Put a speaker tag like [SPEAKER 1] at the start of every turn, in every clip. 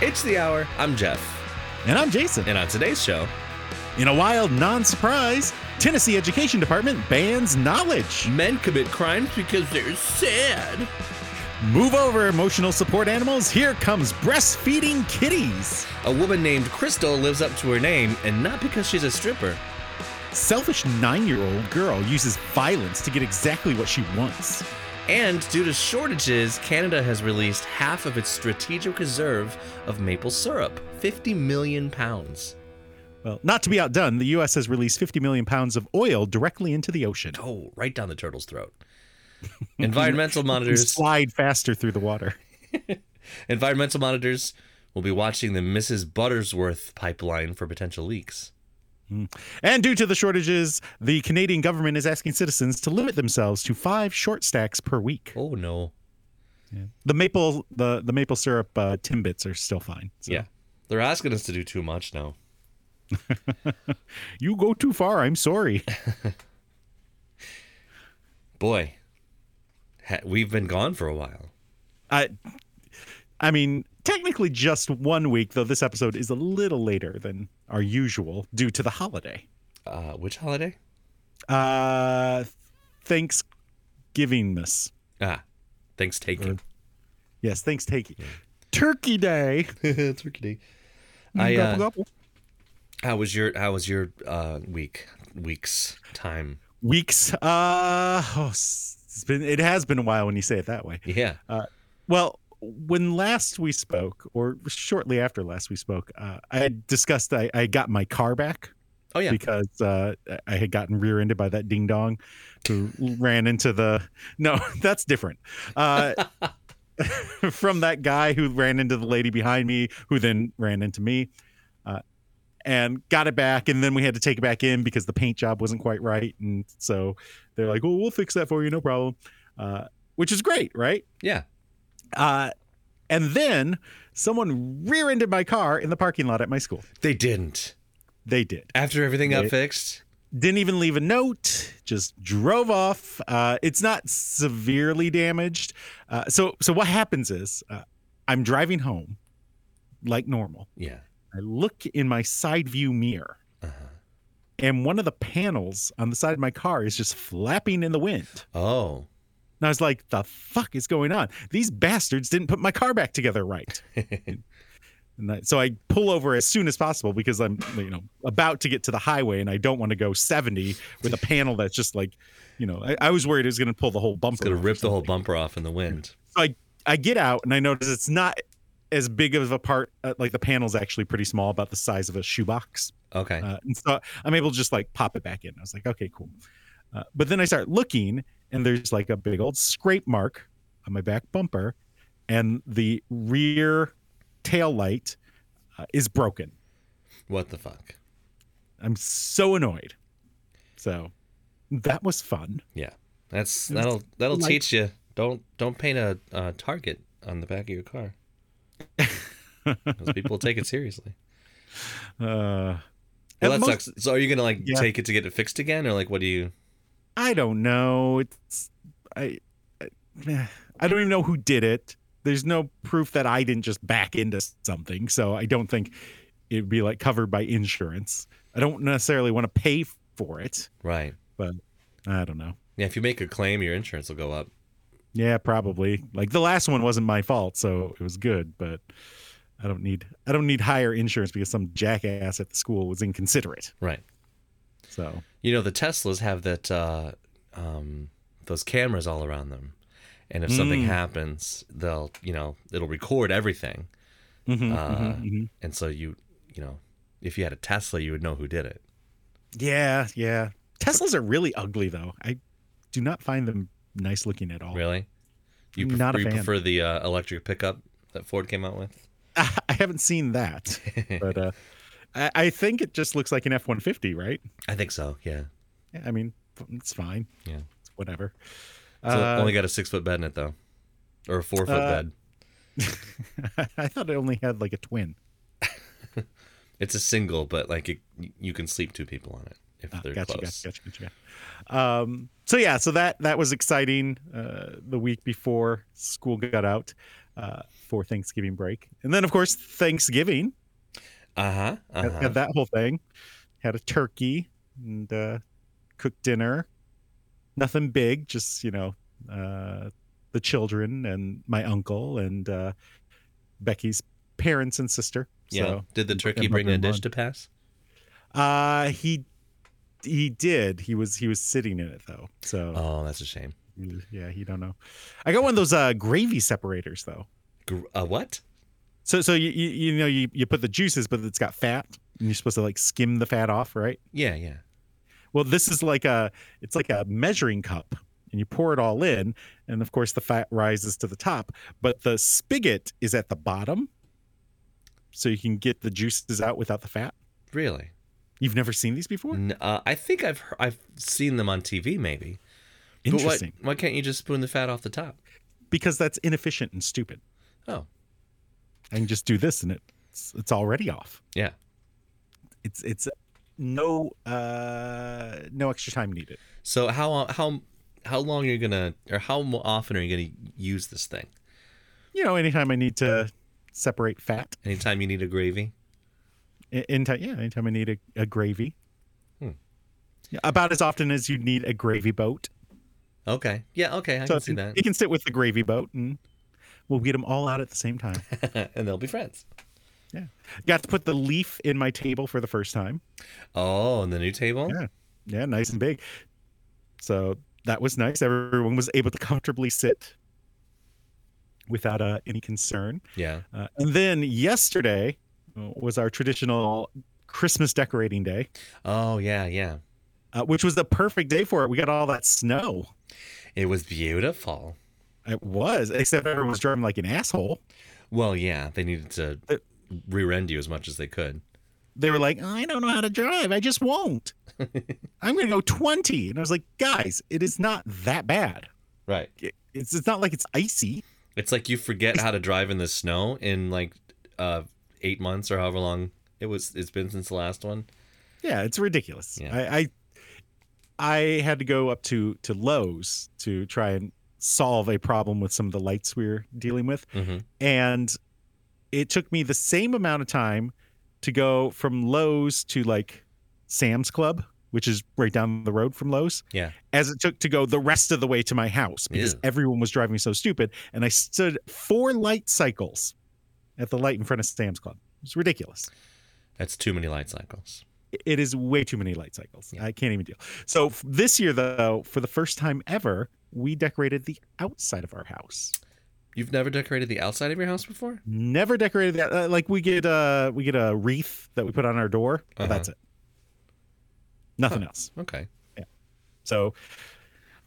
[SPEAKER 1] It's the hour. I'm Jeff,
[SPEAKER 2] And I'm Jason.
[SPEAKER 1] and on today's show,
[SPEAKER 2] In a wild non surprise, Tennessee Education Department bans knowledge.
[SPEAKER 1] men commit crimes because they're sad.
[SPEAKER 2] Move over, emotional support animals. Here comes breastfeeding kitties.
[SPEAKER 1] A woman named Crystal lives up to her name, and not because she's a stripper.
[SPEAKER 2] Selfish nine year old girl uses violence to get exactly what she wants.
[SPEAKER 1] And due to shortages, Canada has released half of its strategic reserve of maple syrup, 50 million pounds.
[SPEAKER 2] Well, not to be outdone, the U.S. has released 50 million pounds of oil directly into the ocean.
[SPEAKER 1] Oh, right down the turtle's throat. Environmental monitors
[SPEAKER 2] Slide faster through the water.
[SPEAKER 1] environmental monitors will be watching the Mrs. Buttersworth pipeline for potential leaks.
[SPEAKER 2] And due to the shortages, the Canadian government is asking citizens to limit themselves to five short stacks per week.
[SPEAKER 1] Oh no.
[SPEAKER 2] The maple, the, the maple syrup uh, timbits are still fine. so.
[SPEAKER 1] Yeah. They're asking us to do too much now.
[SPEAKER 2] You go too far. I'm sorry.
[SPEAKER 1] Boy. Ha- we've been gone for a while.
[SPEAKER 2] I, I mean, technically just one week, though this episode is a little later than our usual due to the holiday.
[SPEAKER 1] Uh which holiday?
[SPEAKER 2] Uh, Thanksgivingness.
[SPEAKER 1] Ah. Thanks taking.
[SPEAKER 2] Yes, thanks, Takey. Turkey Day.
[SPEAKER 1] Turkey Day. I
[SPEAKER 2] Gobble,
[SPEAKER 1] uh,
[SPEAKER 2] gobble.
[SPEAKER 1] how was your how was your uh week weeks time?
[SPEAKER 2] Weeks. Uh, oh, s- it's been, it has been a while when you say it that way.
[SPEAKER 1] Yeah.
[SPEAKER 2] Well, when last we spoke, or shortly after last we spoke, uh, I had discussed I, I got my car back.
[SPEAKER 1] Oh yeah.
[SPEAKER 2] because uh, I had gotten rear-ended by that ding dong who ran into the. No, that's different. Uh, from that guy who ran into the lady behind me, who then ran into me, uh, and got it back, and then we had to take it back in because the paint job wasn't quite right, and so they're like, "Well, we'll fix that for you, no problem," uh, which is great, right?
[SPEAKER 1] Yeah.
[SPEAKER 2] Uh, and then someone rear-ended my car in the parking lot at my school.
[SPEAKER 1] They didn't.
[SPEAKER 2] They did
[SPEAKER 1] After everything
[SPEAKER 2] They-
[SPEAKER 1] got fixed.
[SPEAKER 2] didn't even leave a note just drove off uh, it's not severely damaged uh, so so what happens is uh, i'm driving home like normal
[SPEAKER 1] Yeah.
[SPEAKER 2] i look in my side view mirror
[SPEAKER 1] Uh-huh.
[SPEAKER 2] and one of the panels on the side of my car is just flapping in the wind
[SPEAKER 1] Oh.
[SPEAKER 2] and i was like the fuck is going on these bastards didn't put my car back together right and I, so i pull over as soon as possible because i'm you know about to get to the highway and i don't want to go 70 with a panel that's just like you know i, I was worried it was going to pull the whole bumper
[SPEAKER 1] It's gonna
[SPEAKER 2] off or
[SPEAKER 1] rip the whole
[SPEAKER 2] something.
[SPEAKER 1] bumper off in the wind.
[SPEAKER 2] so I, I get out and i notice it's not as big of a part uh, like the panel's actually pretty small about the size of a shoebox
[SPEAKER 1] Okay.
[SPEAKER 2] uh, and so i'm able to just like pop it back in i was like okay cool uh, but then i start looking and there's like a big old scrape mark on my back bumper and the rear tail light uh, is broken
[SPEAKER 1] What the fuck?
[SPEAKER 2] i'm so annoyed so that was fun
[SPEAKER 1] Yeah. That's that'll that'll
[SPEAKER 2] like-
[SPEAKER 1] teach you. Don't don't paint a uh, target on the back of your car. Because people take it seriously.
[SPEAKER 2] uh,
[SPEAKER 1] Well,
[SPEAKER 2] at
[SPEAKER 1] that
[SPEAKER 2] most-
[SPEAKER 1] sucks. So are you gonna like
[SPEAKER 2] Yeah.
[SPEAKER 1] take it to get it fixed again, or like what do you?
[SPEAKER 2] I don't know. It's I, I meh. I don't even know who did it. There's no proof that I didn't just back into something, so I don't think it'd be like covered by insurance. I don't necessarily want to pay for it.
[SPEAKER 1] Right.
[SPEAKER 2] I don't know.
[SPEAKER 1] Yeah. If you make a claim, your insurance will go up.
[SPEAKER 2] Yeah, probably. Like the last one wasn't my fault, so it was good, but I don't need I don't need higher insurance because some jackass at the school was inconsiderate.
[SPEAKER 1] Right.
[SPEAKER 2] So,
[SPEAKER 1] You know the Teslas have that uh, um, those cameras all around them, and if something
[SPEAKER 2] Mm.
[SPEAKER 1] happens, they'll you know it'll record everything,
[SPEAKER 2] mhm,
[SPEAKER 1] Uh,
[SPEAKER 2] mhm, mhm.
[SPEAKER 1] and so you you know if you had a Tesla, you would know who did it.
[SPEAKER 2] Yeah, yeah. Teslas are really ugly though. I do not find them nice looking at all.
[SPEAKER 1] Really? You,
[SPEAKER 2] I'm
[SPEAKER 1] pref-
[SPEAKER 2] not a
[SPEAKER 1] you
[SPEAKER 2] fan.
[SPEAKER 1] prefer the uh, electric pickup that Ford came out with?
[SPEAKER 2] I haven't seen that, but uh, I, I think it just looks like an F one fifty, right?
[SPEAKER 1] I think so. Yeah.
[SPEAKER 2] Yeah, I mean, it's fine.
[SPEAKER 1] Yeah.
[SPEAKER 2] It's whatever.
[SPEAKER 1] So it
[SPEAKER 2] Uh,
[SPEAKER 1] only got a six foot bed in it though, or a four foot
[SPEAKER 2] Uh,
[SPEAKER 1] bed.
[SPEAKER 2] I thought it only had like a twin.
[SPEAKER 1] It's a single, but like it, you can sleep two people on it. if
[SPEAKER 2] Ah,
[SPEAKER 1] they're
[SPEAKER 2] gotcha,
[SPEAKER 1] close.
[SPEAKER 2] gotcha, gotcha, gotcha, gotcha. Um, so yeah, so that that was exciting. Uh, the week before school got out uh, for Thanksgiving break, and then of course Thanksgiving
[SPEAKER 1] Uh huh. Uh
[SPEAKER 2] had-
[SPEAKER 1] huh.
[SPEAKER 2] had that whole thing. Had a turkey and uh, cooked dinner. Nothing big, just you know, uh, the children and my uncle and uh, Becky's parents and sister.
[SPEAKER 1] yeah.
[SPEAKER 2] So
[SPEAKER 1] Did the turkey
[SPEAKER 2] and
[SPEAKER 1] bring a
[SPEAKER 2] mother-in-law.
[SPEAKER 1] dish to pass?
[SPEAKER 2] uh, he he did. He was he was sitting in it though. So
[SPEAKER 1] Oh, that's a shame.
[SPEAKER 2] Yeah, he don't know. I got one of those uh, gravy separators though.
[SPEAKER 1] Gr- uh, what?
[SPEAKER 2] So so you you, you know you, you put the juices, but it's got fat, and you're supposed to like skim the fat off, right?
[SPEAKER 1] Yeah, yeah.
[SPEAKER 2] Well, this is like a it's like a measuring cup, and you pour it all in, and of course the fat rises to the top, but the spigot is at the bottom, so you can get the juices out without the fat.
[SPEAKER 1] Really?
[SPEAKER 2] You've never seen these before?
[SPEAKER 1] N- uh, I think I've he- I've seen them on TV maybe.
[SPEAKER 2] Interesting,
[SPEAKER 1] But why, why can't you just spoon the fat off the top?
[SPEAKER 2] because that's inefficient and stupid.
[SPEAKER 1] Oh,
[SPEAKER 2] I can just do this, and it's it's already off.
[SPEAKER 1] yeah.
[SPEAKER 2] it's it's no uh no extra time needed
[SPEAKER 1] So how uh, how how long are you gonna or how mo- often are you gonna use this thing?
[SPEAKER 2] you know anytime i need to separate fat
[SPEAKER 1] Anytime you need a gravy.
[SPEAKER 2] a- anytime yeah anytime i need a, a gravy
[SPEAKER 1] Hmm.
[SPEAKER 2] Yeah, about as often as you need a gravy boat
[SPEAKER 1] Okay. Yeah. Okay. I can
[SPEAKER 2] if
[SPEAKER 1] see
[SPEAKER 2] you-
[SPEAKER 1] that.
[SPEAKER 2] you can sit with the gravy boat and we'll get them all out at the same time
[SPEAKER 1] and they'll be friends.
[SPEAKER 2] yeah got to put the leaf in my table for the first time
[SPEAKER 1] Oh, and the new table.
[SPEAKER 2] Yeah. yeah nice and big so that was nice everyone was able to comfortably sit without uh, any concern
[SPEAKER 1] Yeah.
[SPEAKER 2] Uh, and then yesterday uh, was our traditional Christmas decorating day,
[SPEAKER 1] Oh yeah yeah.
[SPEAKER 2] uh, which was the perfect day for it. We got all that snow.
[SPEAKER 1] It was beautiful.
[SPEAKER 2] It was, except everyone was driving like an asshole.
[SPEAKER 1] Well, yeah. They needed to
[SPEAKER 2] Uh,
[SPEAKER 1] rear end you as much as they could.
[SPEAKER 2] They were like, I don't know how to drive. I just won't. I'm going to go 20. And I was like, guys, it is not that bad.
[SPEAKER 1] Right.
[SPEAKER 2] It- It's, it's not like it's icy.
[SPEAKER 1] It's like you forget how to drive in the snow in like uh, eight months or however long it was. It's been since the last one.
[SPEAKER 2] Yeah, it's ridiculous.
[SPEAKER 1] Yeah.
[SPEAKER 2] I, I I had to go up to to Lowe's to try and solve a problem with some of the lights we were dealing with.
[SPEAKER 1] Mm-hmm.
[SPEAKER 2] and it took me the same amount of time to go from Lowe's to like Sam's Club, which is right down the road from Lowe's.
[SPEAKER 1] Yeah.
[SPEAKER 2] As it took to go the rest of the way to my house because
[SPEAKER 1] Ew.
[SPEAKER 2] everyone was driving so stupid. And I stood four light cycles at the light in front of Sam's Club. It's ridiculous.
[SPEAKER 1] That's too many light cycles.
[SPEAKER 2] It is way too many light cycles.
[SPEAKER 1] Yeah.
[SPEAKER 2] I can't even deal. So f- this year, though, for the first time ever, we decorated the outside of our house.
[SPEAKER 1] You've never decorated the outside of your house before?
[SPEAKER 2] Never decorated that. Uh, like we get uh we get a wreath that we put on our door. but
[SPEAKER 1] Uh-huh.
[SPEAKER 2] That's it. Nothing else.
[SPEAKER 1] Okay.
[SPEAKER 2] So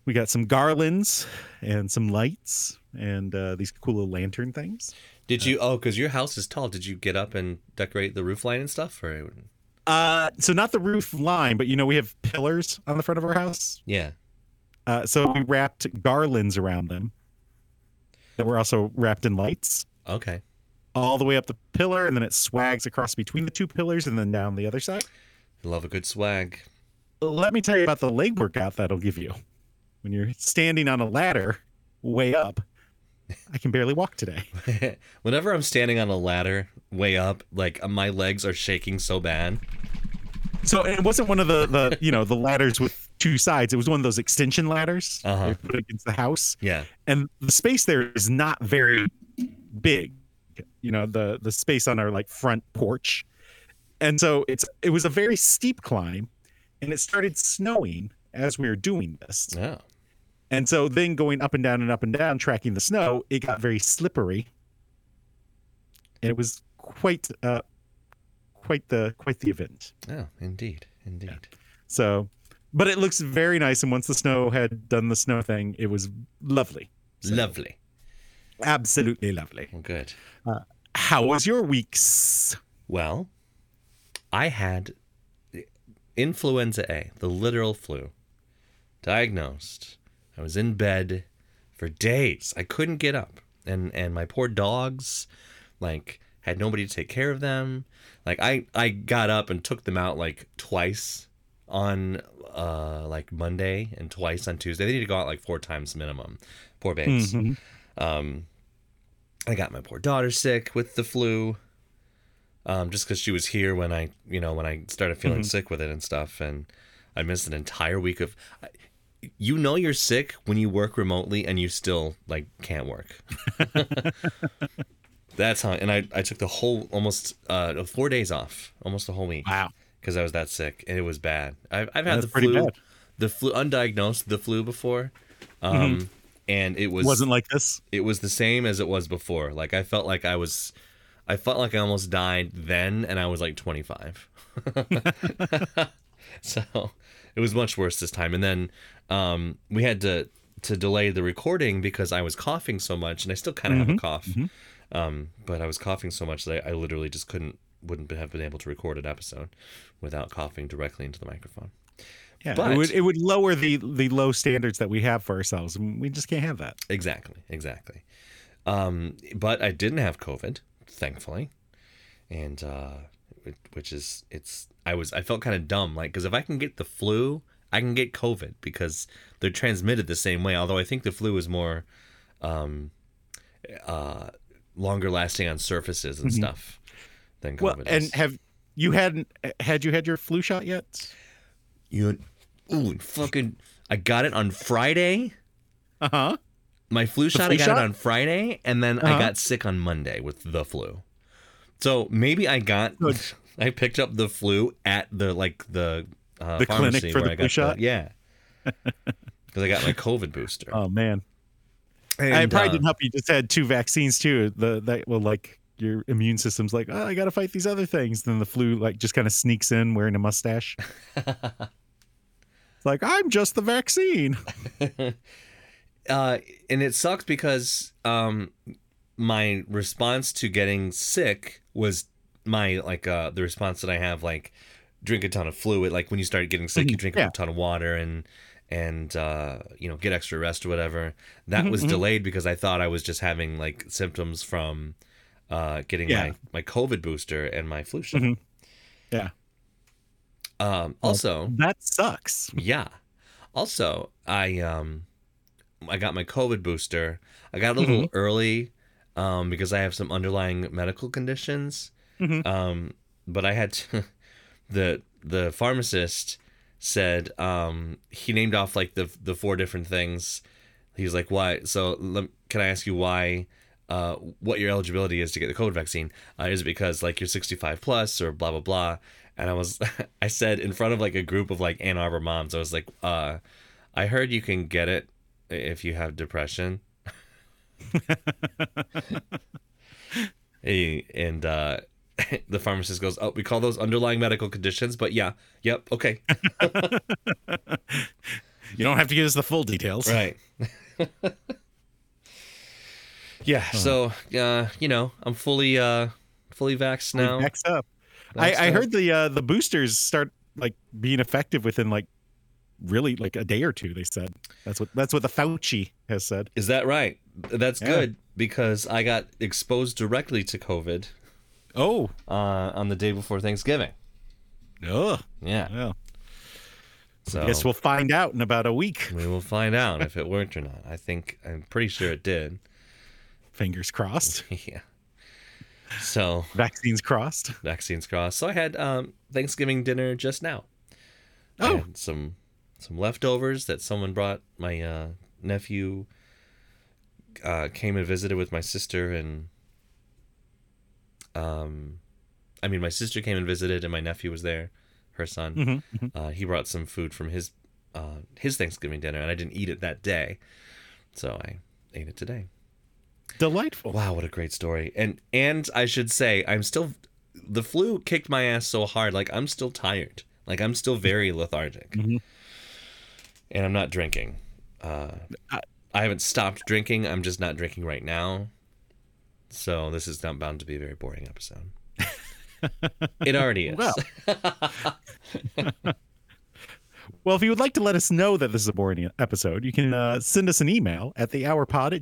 [SPEAKER 2] we got some garlands and some lights and uh, these cool little lantern things.
[SPEAKER 1] Did you? Oh, because your house is tall. Did you get up and decorate the roof line and stuff? Or
[SPEAKER 2] Uh, so not the roof line, but you know we have pillars on the front of our house.
[SPEAKER 1] yeah.
[SPEAKER 2] Uh, so we wrapped garlands around them that were also wrapped in lights
[SPEAKER 1] Okay.
[SPEAKER 2] all the way up the pillar, and then it swags across between the two pillars and then down the other side.
[SPEAKER 1] I love a good swag.
[SPEAKER 2] let me tell you about the leg workout that'll give you when you're standing on a ladder way up. I can barely walk today.
[SPEAKER 1] Whenever I'm standing on a ladder way up, like my legs are shaking so bad.
[SPEAKER 2] So and it wasn't one of the, the you know the ladders with two sides. It was one of those extension ladders
[SPEAKER 1] Uh-huh.
[SPEAKER 2] they put against the house,
[SPEAKER 1] Yeah.
[SPEAKER 2] and the space there is not very big. You know the the space on our like front porch, and so it's it was a very steep climb, and it started snowing as we were doing this.
[SPEAKER 1] Oh.
[SPEAKER 2] And so then going up and down and up and down, tracking the snow, it got very slippery. And it was quite uh quite the quite the event.
[SPEAKER 1] Oh, indeed. Indeed.
[SPEAKER 2] So but it looks very nice and once the snow had done the snow thing, it was lovely. So-
[SPEAKER 1] Lovely.
[SPEAKER 2] Absolutely lovely.
[SPEAKER 1] Well, good.
[SPEAKER 2] How was your weeks?
[SPEAKER 1] Well, I had influenza A, the literal flu, diagnosed. I was in bed for days. I couldn't get up, and and my poor dogs, like, had nobody to take care of them. Like, I I got up and took them out like twice on uh, like Monday and twice on Tuesday. They need to go out like four times minimum. Poor babes. Um, I got my poor daughter sick with the flu. Um, just because she was here when I, you know, when I started feeling
[SPEAKER 2] Mm-hmm.
[SPEAKER 1] sick with it and stuff, and I missed an entire week of. I, you know you're sick when you work remotely and you still like can't work. That's how. And I, I took the whole almost uh four days off, almost the whole week
[SPEAKER 2] Wow.
[SPEAKER 1] because I was that sick and it was bad. I've, I've had
[SPEAKER 2] That's
[SPEAKER 1] the
[SPEAKER 2] pretty
[SPEAKER 1] flu,
[SPEAKER 2] bad.
[SPEAKER 1] the flu undiagnosed, the flu before, um, and it was
[SPEAKER 2] Mm-hmm. Wasn't like this.
[SPEAKER 1] it was the same as it was before. Like I felt like I was, I felt like I almost died then, and I was like 25. so it was much worse this time. And then um, we had to to delay the recording because I was coughing so much, and I still kind of have a cough, um, but I was coughing so much that I, I literally just couldn't wouldn't have been able to record an episode without coughing directly into the microphone.
[SPEAKER 2] Yeah,
[SPEAKER 1] But-
[SPEAKER 2] it would it would lower the the low standards that we have for ourselves. and We just can't have that.
[SPEAKER 1] Exactly, exactly. Um, but I didn't have COVID, thankfully, and uh, it- which is it's I was I felt kind of dumb, like because if I can get the flu, I can get COVID because they're transmitted the same way. Although I think the flu is more um, uh, longer lasting on surfaces and stuff than COVID.
[SPEAKER 2] Mm-hmm. Well,
[SPEAKER 1] is.
[SPEAKER 2] and have you hadn't had you had your flu shot yet?
[SPEAKER 1] you, ooh, fucking, I got it on Friday.
[SPEAKER 2] Uh huh.
[SPEAKER 1] my flu shot
[SPEAKER 2] flu
[SPEAKER 1] I got
[SPEAKER 2] shot?
[SPEAKER 1] it on Friday, and then I
[SPEAKER 2] Uh-huh.
[SPEAKER 1] got sick on Monday with the flu. So maybe I got
[SPEAKER 2] Good.
[SPEAKER 1] I picked up the flu at the like the uh,
[SPEAKER 2] The clinic
[SPEAKER 1] pharmacy
[SPEAKER 2] for
[SPEAKER 1] where
[SPEAKER 2] the
[SPEAKER 1] I
[SPEAKER 2] flu
[SPEAKER 1] got
[SPEAKER 2] shot?
[SPEAKER 1] yeah, because I got my COVID booster.
[SPEAKER 2] Oh man,
[SPEAKER 1] and,
[SPEAKER 2] I probably
[SPEAKER 1] uh,
[SPEAKER 2] didn't help. You just had two vaccines too. The that well, like your immune system's like, oh, I gotta fight these other things. Then the flu like just kind of sneaks in wearing a mustache. It's like I'm just the vaccine.
[SPEAKER 1] uh, and it sucked because um, my response to getting sick was my like uh, the response that I have like drink a ton of fluid. Like when you start getting sick, you drink
[SPEAKER 2] Mm-hmm. yeah.
[SPEAKER 1] a ton of water and and uh, you know get extra rest or whatever. That
[SPEAKER 2] Mm-hmm,
[SPEAKER 1] was delayed because I thought I was just having like symptoms from uh, getting
[SPEAKER 2] Yeah.
[SPEAKER 1] my my COVID booster and my flu shot.
[SPEAKER 2] Mhm. Yeah,
[SPEAKER 1] Um, also,
[SPEAKER 2] that sucks.
[SPEAKER 1] Yeah. Also, I um I got my COVID booster. I got it a little early um because I have some underlying medical conditions.
[SPEAKER 2] Mhm.
[SPEAKER 1] Um but I had to, the the pharmacist said um he named off like the the four different things. He's like, "Why? So lem- can I ask you why uh, what your eligibility is to get the COVID vaccine. Uh, is it because like you're 65 plus or blah blah blah? And I was, I said in front of like a group of like Ann Arbor moms, I was like, uh, I heard you can get it if you have depression. Eh, and uh, the pharmacist goes, oh, we call those underlying medical conditions, but yeah, yep, okay,
[SPEAKER 2] You don't have to give us the full details.
[SPEAKER 1] right. yeah, so uh, you know, I'm fully uh, fully vaxxed now.
[SPEAKER 2] Next up, I, I
[SPEAKER 1] Vaxxed up.
[SPEAKER 2] heard the uh, the boosters start like being effective within like really like a day or two. They said that's what that's what the Fauci has said.
[SPEAKER 1] Is that right? That's
[SPEAKER 2] Yeah.
[SPEAKER 1] good because I got exposed directly to COVID
[SPEAKER 2] Oh,
[SPEAKER 1] uh, on the day before Thanksgiving.
[SPEAKER 2] ugh.
[SPEAKER 1] Yeah.
[SPEAKER 2] Well,
[SPEAKER 1] So
[SPEAKER 2] I guess we'll find out in about a week.
[SPEAKER 1] we will find out if it worked or not. I think I'm pretty sure it did.
[SPEAKER 2] Fingers crossed,
[SPEAKER 1] yeah. So
[SPEAKER 2] vaccines crossed.
[SPEAKER 1] vaccines crossed. So I had um, Thanksgiving dinner just now. I
[SPEAKER 2] Oh.
[SPEAKER 1] had some some leftovers that someone brought. My uh, nephew uh, came and visited with my sister and um, I mean my sister came and visited and my nephew was there, her son.
[SPEAKER 2] Mhm, mhm.
[SPEAKER 1] Uh, he brought some food from his uh, his Thanksgiving dinner and I didn't eat it that day, so I ate it today.
[SPEAKER 2] Delightful.
[SPEAKER 1] Wow, what a great story. And and I should say, I'm still the flu kicked my ass so hard, like I'm still tired. Like I'm still very lethargic.
[SPEAKER 2] Mhm.
[SPEAKER 1] And I'm not drinking. Uh,
[SPEAKER 2] I-
[SPEAKER 1] I haven't stopped drinking. I'm just not drinking right now. So this is not bound to be a very boring episode. it already is.
[SPEAKER 2] Well. Well, if you would like to let us know that this is a boring episode, you can uh, send us an email at thehourpod at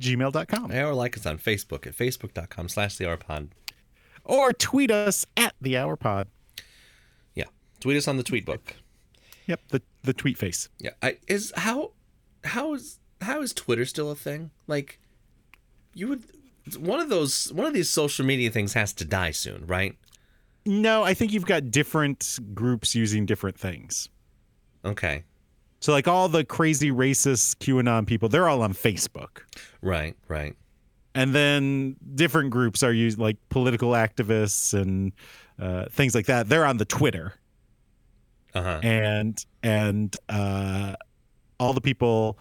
[SPEAKER 2] gmail.com
[SPEAKER 1] Or like us on Facebook at facebook.com slash the Arpod.
[SPEAKER 2] or tweet us at thehourpod.
[SPEAKER 1] Yeah. Tweet us on the tweet book.
[SPEAKER 2] Yep, the the tweet face.
[SPEAKER 1] Yeah, I, is how how is how is Twitter still a thing? Like, you would one of those one of these social media things has to die soon, right?
[SPEAKER 2] No, I think you've got different groups using different things.
[SPEAKER 1] Okay,
[SPEAKER 2] So like all the crazy racist QAnon people, they're all on Facebook.
[SPEAKER 1] right, right.
[SPEAKER 2] and then different groups are used like political activists and uh, things like that they're on the twitter
[SPEAKER 1] Uh huh.
[SPEAKER 2] and and uh, all the people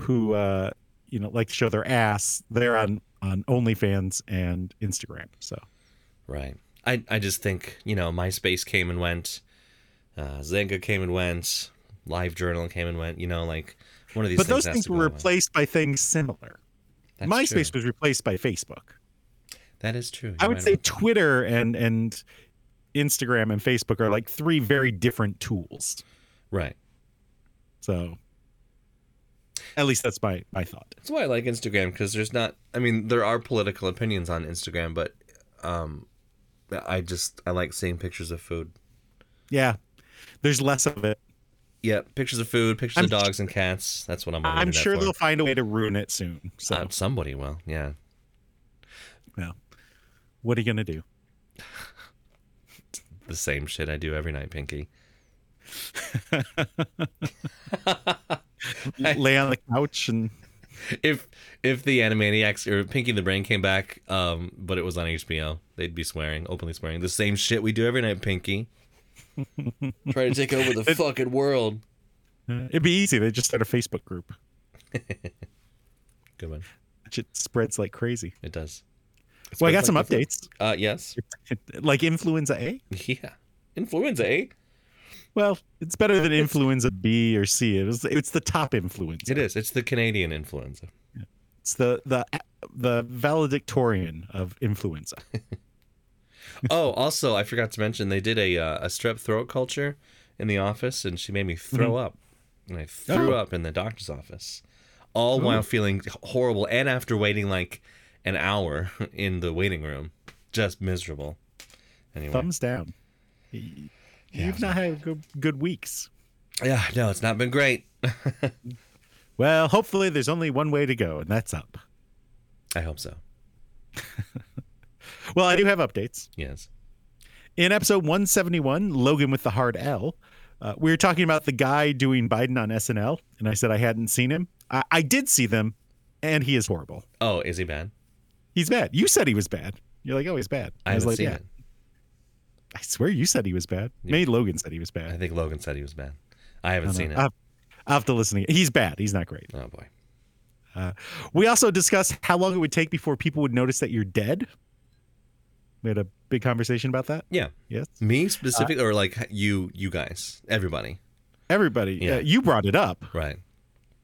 [SPEAKER 2] who uh, you know like to show their ass they're on on onlyfans and instagram so
[SPEAKER 1] Right. I I just think you know MySpace came and went, uh, Zynga came and went, LiveJournal came and went. You know, like one of these.
[SPEAKER 2] but
[SPEAKER 1] things
[SPEAKER 2] those
[SPEAKER 1] has
[SPEAKER 2] things
[SPEAKER 1] to go
[SPEAKER 2] were
[SPEAKER 1] away.
[SPEAKER 2] replaced by things similar
[SPEAKER 1] That's
[SPEAKER 2] myspace
[SPEAKER 1] true.
[SPEAKER 2] was replaced by facebook
[SPEAKER 1] That is true.
[SPEAKER 2] i
[SPEAKER 1] You're
[SPEAKER 2] would
[SPEAKER 1] right
[SPEAKER 2] say
[SPEAKER 1] about
[SPEAKER 2] twitter and and instagram and facebook are like three very different tools
[SPEAKER 1] that. right.
[SPEAKER 2] So at least that's my my thought.
[SPEAKER 1] That's why I like Instagram because there's not. I mean, there are political opinions on Instagram, but um, I just I like seeing pictures of food.
[SPEAKER 2] Yeah. There's less of it.
[SPEAKER 1] Yeah, pictures of food, pictures
[SPEAKER 2] I'm
[SPEAKER 1] of dogs and cats. That's what I'm. on the
[SPEAKER 2] I'm
[SPEAKER 1] internet
[SPEAKER 2] sure
[SPEAKER 1] for.
[SPEAKER 2] they'll find a way to ruin it soon. So,
[SPEAKER 1] Uh, somebody will. Yeah.
[SPEAKER 2] well, what are you going to do?
[SPEAKER 1] the same shit I do every night, Pinky.
[SPEAKER 2] Lay on the couch and
[SPEAKER 1] If if the Animaniacs or Pinky and the Brain came back, um, but it was on HBO, they'd be swearing, openly swearing, the same shit we do every night, Pinky. Try to take over the fucking world.
[SPEAKER 2] uh, it'd be easy. They just start a Facebook group.
[SPEAKER 1] Good one.
[SPEAKER 2] It just spreads like crazy.
[SPEAKER 1] It does. It
[SPEAKER 2] well, I got
[SPEAKER 1] spreads
[SPEAKER 2] some
[SPEAKER 1] like the flu.
[SPEAKER 2] updates.
[SPEAKER 1] Uh, yes.
[SPEAKER 2] like influenza A?
[SPEAKER 1] Yeah. Influenza, eh?
[SPEAKER 2] Well, it's better than influenza B or C. It was, it's the top influenza.
[SPEAKER 1] It is. It's the Canadian influenza.
[SPEAKER 2] It's the the the valedictorian of influenza.
[SPEAKER 1] Oh, also, I forgot to mention they did a uh, a strep throat culture in the office, and she made me throw up, and I threw
[SPEAKER 2] Mm-hmm. Oh.
[SPEAKER 1] up in the doctor's office, all while feeling horrible, and after waiting like an hour in the waiting room, just miserable. Anyway,
[SPEAKER 2] Thumbs down. Y- You've not had good, good weeks.
[SPEAKER 1] yeah, no, it's not been great.
[SPEAKER 2] Well, hopefully there's only one way to go, and that's up.
[SPEAKER 1] I hope so.
[SPEAKER 2] Well, I do have updates.
[SPEAKER 1] Yes.
[SPEAKER 2] In episode 171, Logan with the hard L, uh, we were talking about the guy doing Biden on SNL, and I said I hadn't seen him. I, I did see them, and he is horrible.
[SPEAKER 1] Oh, is he bad?
[SPEAKER 2] He's bad. You said he was bad. You're like, oh, he's bad.
[SPEAKER 1] I,
[SPEAKER 2] was
[SPEAKER 1] haven't
[SPEAKER 2] like,
[SPEAKER 1] seen
[SPEAKER 2] yeah.
[SPEAKER 1] it.
[SPEAKER 2] I swear you said he was bad. Maybe Logan said he was
[SPEAKER 1] I
[SPEAKER 2] bad.
[SPEAKER 1] think Logan said he was bad. I haven't
[SPEAKER 2] I don't
[SPEAKER 1] seen
[SPEAKER 2] know.
[SPEAKER 1] it.
[SPEAKER 2] I'll, I'll have to listen. Again. He's bad. He's not great.
[SPEAKER 1] oh boy.
[SPEAKER 2] We also discussed how long it would take before people would notice that you're dead. We had a big conversation about that.
[SPEAKER 1] Yeah,
[SPEAKER 2] Yes.
[SPEAKER 1] me specifically, or like you, you guys, everybody,
[SPEAKER 2] Everybody,
[SPEAKER 1] Yeah.
[SPEAKER 2] uh, you brought it up.
[SPEAKER 1] right?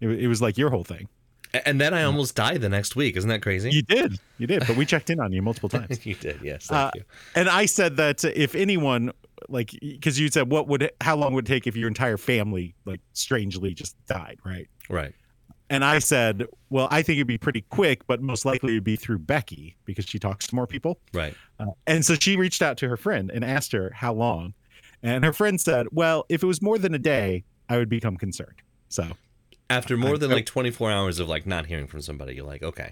[SPEAKER 2] It, wa- it was like your whole thing.
[SPEAKER 1] A- And then I almost died the next week. Isn't that crazy?
[SPEAKER 2] Mm. You did. You did. But we checked in on you multiple times.
[SPEAKER 1] you did, yes. Thank
[SPEAKER 2] Uh,
[SPEAKER 1] you.
[SPEAKER 2] and I said that if anyone, like, because you said, what would, how long would it take if your entire family, like, strangely just died, right?
[SPEAKER 1] Right.
[SPEAKER 2] And I said, well, I think it'd be pretty quick, but most likely it'd be through Becky because she talks to more people.
[SPEAKER 1] Right.
[SPEAKER 2] Uh, and so she reached out to her friend and asked her how long. And her friend said, well, if it was more than a day, I would become concerned. So
[SPEAKER 1] After more than
[SPEAKER 2] I-
[SPEAKER 1] like 24 hours of like not hearing from somebody, you're like, okay.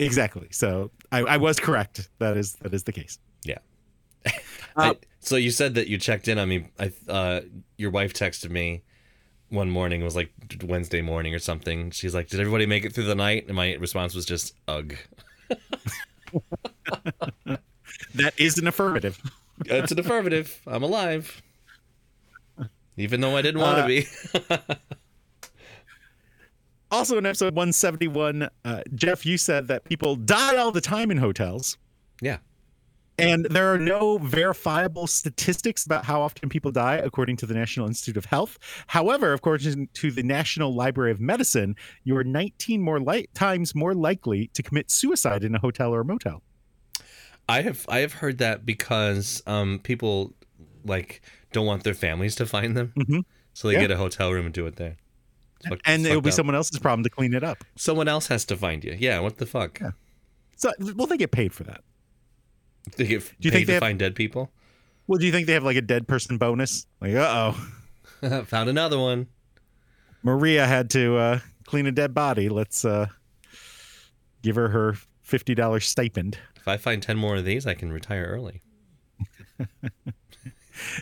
[SPEAKER 2] exactly. So I, I was correct. That is, that is the case. Uh,
[SPEAKER 1] I- so you said that you checked in on me. I, uh, your wife texted me one morning. It was like Wednesday morning or something. She's like, "Did everybody make it through the night?" And my response was just, "Ugh."
[SPEAKER 2] That is an affirmative.
[SPEAKER 1] It's an affirmative. I'm alive, even though I didn't want to
[SPEAKER 2] Uh,
[SPEAKER 1] be.
[SPEAKER 2] Also, in episode 171, uh, Jeff, you said that people die all the time in hotels,
[SPEAKER 1] yeah.
[SPEAKER 2] and there are no verifiable statistics about how often people die, according to the National Institute of Health. However, according to the National Library of Medicine, you are 19 more li- times more likely to commit suicide in a hotel or motel.
[SPEAKER 1] I have I have heard that because um people like don't want their families to find them,
[SPEAKER 2] Mhm.
[SPEAKER 1] so they
[SPEAKER 2] Yeah.
[SPEAKER 1] get a hotel room and do it there. It's fuck-
[SPEAKER 2] And
[SPEAKER 1] it's
[SPEAKER 2] it'll
[SPEAKER 1] fucked
[SPEAKER 2] be
[SPEAKER 1] up.
[SPEAKER 2] someone else's problem to clean it up.
[SPEAKER 1] someone else has to find you. Yeah, what the fuck?
[SPEAKER 2] Yeah. So, well, they get paid for that.
[SPEAKER 1] They get
[SPEAKER 2] you
[SPEAKER 1] paid
[SPEAKER 2] think
[SPEAKER 1] to
[SPEAKER 2] they have-
[SPEAKER 1] find dead people.
[SPEAKER 2] Well, do you think they have like a dead person bonus? Like, uh oh,
[SPEAKER 1] Found another one.
[SPEAKER 2] Maria had to uh, clean a dead body. Let's uh, give her her fifty dollars stipend.
[SPEAKER 1] If I find 10 more of these, I can retire early.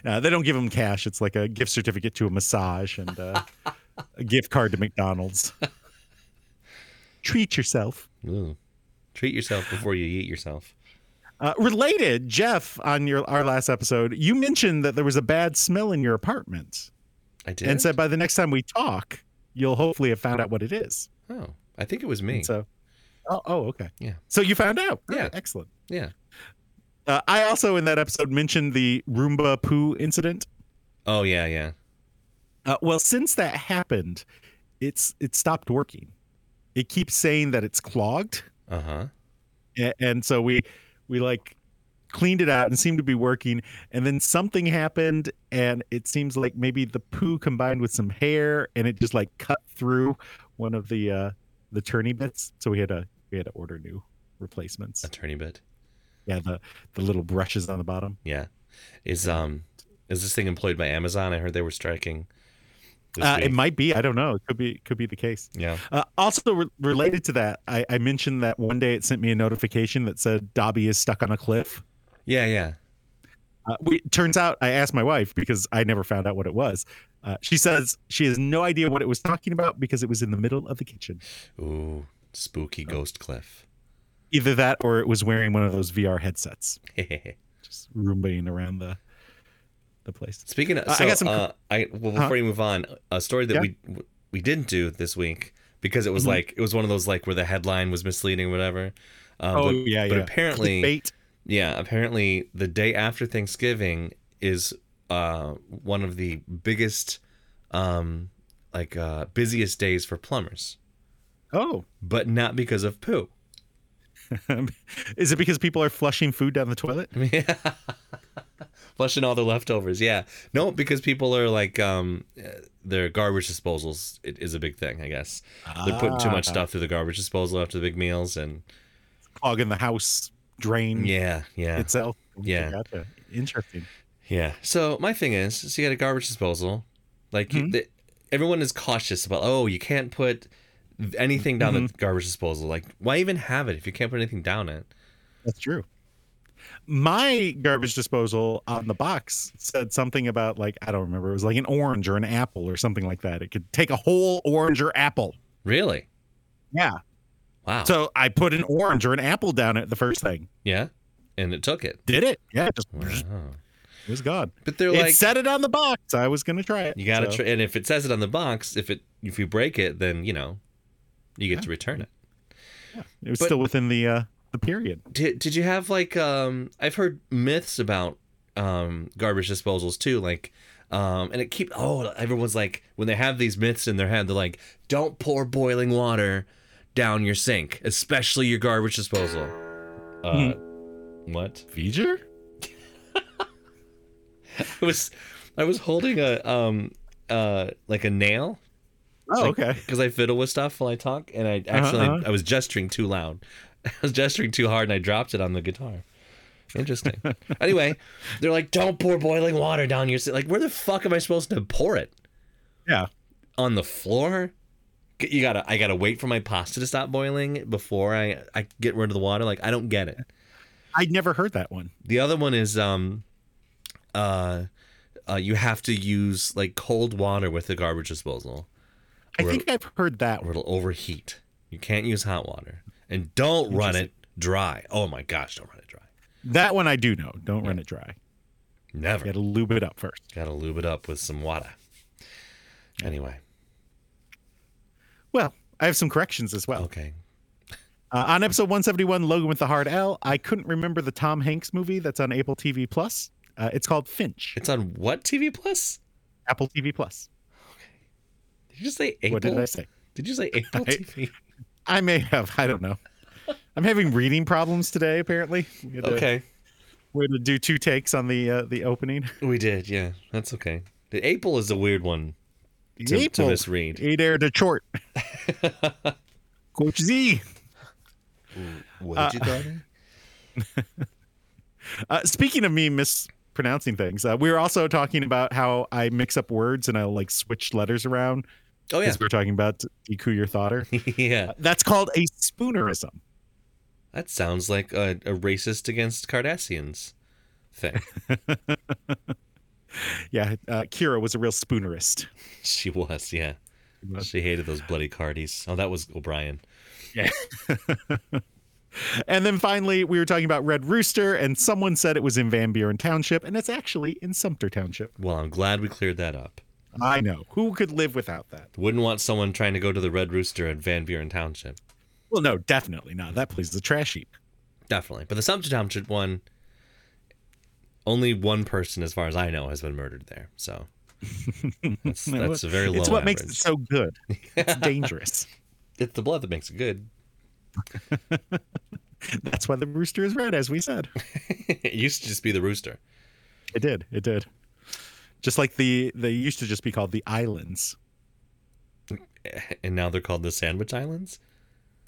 [SPEAKER 2] Uh, they don't give them cash. It's like a gift certificate to a massage and uh, a gift card to McDonald's. Treat yourself.
[SPEAKER 1] Ooh. Treat yourself before you eat yourself.
[SPEAKER 2] Uh, related, Jeff, on your our last episode, you mentioned that there was a bad smell in your apartment,
[SPEAKER 1] I did.
[SPEAKER 2] and said by the next time we talk, you'll hopefully have found out what it is.
[SPEAKER 1] oh, I think it was
[SPEAKER 2] And
[SPEAKER 1] me.
[SPEAKER 2] So, oh, oh, okay,
[SPEAKER 1] Yeah.
[SPEAKER 2] So you found out. All
[SPEAKER 1] Yeah.
[SPEAKER 2] right, excellent.
[SPEAKER 1] yeah.
[SPEAKER 2] Uh, I also in that episode mentioned the Roomba poo incident.
[SPEAKER 1] Oh, yeah, yeah.
[SPEAKER 2] Uh, well, since that happened, it's it stopped working. It keeps saying that it's clogged,
[SPEAKER 1] Uh huh.
[SPEAKER 2] a- and so we we like cleaned it out and seemed to be working. And then something happened, and it seems like maybe the poo combined with some hair, and it just like cut through one of the uh, the tourney bits. So we had to we had to order new replacements.
[SPEAKER 1] Attorney bit.
[SPEAKER 2] Yeah, the the little brushes on the bottom.
[SPEAKER 1] Yeah. Is um is this thing employed by Amazon? I heard they were striking. this
[SPEAKER 2] Uh, it
[SPEAKER 1] week.
[SPEAKER 2] might be. I don't know. It could be. Could be the case.
[SPEAKER 1] yeah.
[SPEAKER 2] Uh, also re- related to that, I, I mentioned that one day it sent me a notification that said Dobby is stuck on a cliff.
[SPEAKER 1] Yeah, yeah.
[SPEAKER 2] Uh, we, turns out I asked my wife because I never found out what it was. Uh, she says she has no idea what it was talking about because it was in the middle of the kitchen.
[SPEAKER 1] Ooh, spooky ghost cliff.
[SPEAKER 2] Either that or it was wearing one of those VR headsets, just roombaing around the the place.
[SPEAKER 1] Speaking of,
[SPEAKER 2] Uh, I
[SPEAKER 1] so, I
[SPEAKER 2] got some-
[SPEAKER 1] Uh, I well before
[SPEAKER 2] Huh?
[SPEAKER 1] you move on, a story that
[SPEAKER 2] Yeah.
[SPEAKER 1] we we didn't do this week because it was
[SPEAKER 2] Mhm.
[SPEAKER 1] like it was one of those like where the headline was misleading or whatever. Um,
[SPEAKER 2] oh
[SPEAKER 1] but,
[SPEAKER 2] yeah,
[SPEAKER 1] but
[SPEAKER 2] yeah.
[SPEAKER 1] apparently,
[SPEAKER 2] Clickbait.
[SPEAKER 1] yeah, apparently the day after Thanksgiving is uh one of the biggest, um, like uh busiest days for plumbers,
[SPEAKER 2] Oh,
[SPEAKER 1] but not because of poo.
[SPEAKER 2] is it because people are flushing food down the toilet?
[SPEAKER 1] Yeah. Flushing all the leftovers. Yeah. No, because people are like, um, uh, their garbage disposals it is a big thing, I guess. They're putting too much
[SPEAKER 2] Ah,
[SPEAKER 1] stuff through the garbage disposal after the big meals. And
[SPEAKER 2] clogging the house drain.
[SPEAKER 1] yeah, yeah,
[SPEAKER 2] itself.
[SPEAKER 1] Yeah.
[SPEAKER 2] Gotcha. Interesting.
[SPEAKER 1] yeah. So my thing is, so you got a garbage disposal. Like, you,
[SPEAKER 2] Mhm.
[SPEAKER 1] the, everyone is cautious about, oh, you can't put anything down
[SPEAKER 2] Mm-hmm.
[SPEAKER 1] the garbage disposal. Like, why even have it if you can't put anything down it?
[SPEAKER 2] That's true. My garbage disposal on the box said something about like I don't remember. It was like an orange or an apple or something like that. It could take a whole orange or apple.
[SPEAKER 1] Really?
[SPEAKER 2] Yeah.
[SPEAKER 1] Wow.
[SPEAKER 2] So I put an orange or an apple down it the first thing.
[SPEAKER 1] yeah. And it took it.
[SPEAKER 2] Did it? Yeah. it Just
[SPEAKER 1] Wow.
[SPEAKER 2] it was gone.
[SPEAKER 1] But they're
[SPEAKER 2] it
[SPEAKER 1] like,
[SPEAKER 2] said it on the box. I was gonna try it.
[SPEAKER 1] You gotta
[SPEAKER 2] so-
[SPEAKER 1] try, and if it says it on the box, if it if you break it, then you know, you get to return it.
[SPEAKER 2] It was
[SPEAKER 1] but-
[SPEAKER 2] still within the uh the period.
[SPEAKER 1] Did Did you have like um? I've heard myths about um garbage disposals too, like. Um, and it keep oh everyone's like when they have these myths in their head they're like don't pour boiling water down your sink especially your garbage disposal uh what
[SPEAKER 2] Feature?
[SPEAKER 1] I was I was holding a um uh like a nail
[SPEAKER 2] Oh, okay.
[SPEAKER 1] because I fiddle with stuff while I talk, and I actually
[SPEAKER 2] uh-huh.
[SPEAKER 1] I was gesturing too loud. I was gesturing too hard, and I dropped it on the guitar. Interesting. anyway, they're like, "Don't pour boiling water down your sink." Like, where the fuck am I supposed to pour it?
[SPEAKER 2] Yeah.
[SPEAKER 1] On the floor? G- You gotta, I gotta wait for my pasta to stop boiling before I I get rid of the water. Like, I don't get it.
[SPEAKER 2] I never heard that one.
[SPEAKER 1] The other one is um, uh, uh, you have to use like cold water with the garbage disposal
[SPEAKER 2] I
[SPEAKER 1] Or-
[SPEAKER 2] think I've heard that
[SPEAKER 1] or
[SPEAKER 2] one.
[SPEAKER 1] it'll overheat. You can't use hot water. And don't run it dry. Oh my gosh, don't run it dry.
[SPEAKER 2] That one I do know. Don't run it dry.
[SPEAKER 1] Never.
[SPEAKER 2] Gotta lube it up first.
[SPEAKER 1] Gotta lube it up with some water. Anyway,
[SPEAKER 2] Well, I have some corrections as well.
[SPEAKER 1] okay.
[SPEAKER 2] Uh, on episode 171, Logan with the Hard L, I couldn't remember the Tom Hanks movie that's on Apple TV Plus. Uh, it's called Finch.
[SPEAKER 1] It's on what TV Plus?
[SPEAKER 2] Apple TV Plus.
[SPEAKER 1] Did you just say April?
[SPEAKER 2] What did I say?
[SPEAKER 1] Did you say April
[SPEAKER 2] I-
[SPEAKER 1] TV?
[SPEAKER 2] I may have. I don't know. I'm having reading problems today. Apparently, we had to,
[SPEAKER 1] Okay.
[SPEAKER 2] We're gonna do two takes on the uh, the opening.
[SPEAKER 1] We did, yeah. That's okay. The April is a weird one to, to
[SPEAKER 2] April.
[SPEAKER 1] misread.
[SPEAKER 2] Adair de Chort. Coach Z.
[SPEAKER 1] What did you call it?
[SPEAKER 2] Uh, speaking of me mispronoun pronouncing things. Uh, we were also talking about how I mix up words and I'll like switch letters around
[SPEAKER 1] Oh yeah,
[SPEAKER 2] because we are talking about Deku your thoughter.
[SPEAKER 1] yeah.
[SPEAKER 2] That's called a spoonerism.
[SPEAKER 1] That sounds like a, a racist against Cardassians thing.
[SPEAKER 2] Yeah, uh, Kira was a real spoonerist.
[SPEAKER 1] she was, yeah.
[SPEAKER 2] was.
[SPEAKER 1] She hated those bloody Cardies. Oh, that was O'Brien.
[SPEAKER 2] And then finally, we were talking about Red Rooster, and someone said it was in Van Buren Township, and it's actually in Sumter Township.
[SPEAKER 1] Well, I'm glad we cleared that up.
[SPEAKER 2] I know. Who could live without that?
[SPEAKER 1] Wouldn't want someone trying to go to the Red Rooster at Van Buren Township.
[SPEAKER 2] Well, no, definitely not. That place is a trash heap.
[SPEAKER 1] Definitely. But the Sumter Township one, only one person, as far as I know, has been murdered there. So that's, that's a very low
[SPEAKER 2] It's what
[SPEAKER 1] average.
[SPEAKER 2] makes it so good. It's dangerous.
[SPEAKER 1] it's the blood that makes it good.
[SPEAKER 2] That's why the rooster is red, as we said.
[SPEAKER 1] it used to just be the rooster.
[SPEAKER 2] It did. It did. Just like the they used to just be called the islands.
[SPEAKER 1] And now they're called the Sandwich Islands?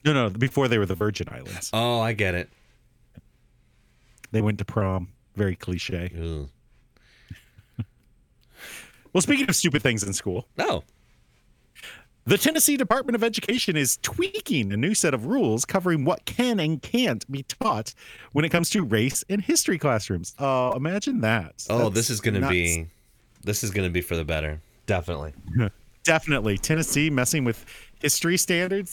[SPEAKER 2] No, no. Before they were the Virgin Islands.
[SPEAKER 1] Oh, I get it.
[SPEAKER 2] They went to prom. Very cliche.
[SPEAKER 1] Ugh.
[SPEAKER 2] Well, speaking of stupid things in school,
[SPEAKER 1] No.
[SPEAKER 2] The Tennessee Department of Education is tweaking a new set of rules covering what can and can't be taught when it comes to race in history classrooms. Oh, imagine that.
[SPEAKER 1] Oh,
[SPEAKER 2] That's
[SPEAKER 1] this is going to
[SPEAKER 2] nuts.
[SPEAKER 1] be this is going to be for the better. Definitely.
[SPEAKER 2] definitely Tennessee messing with history standards.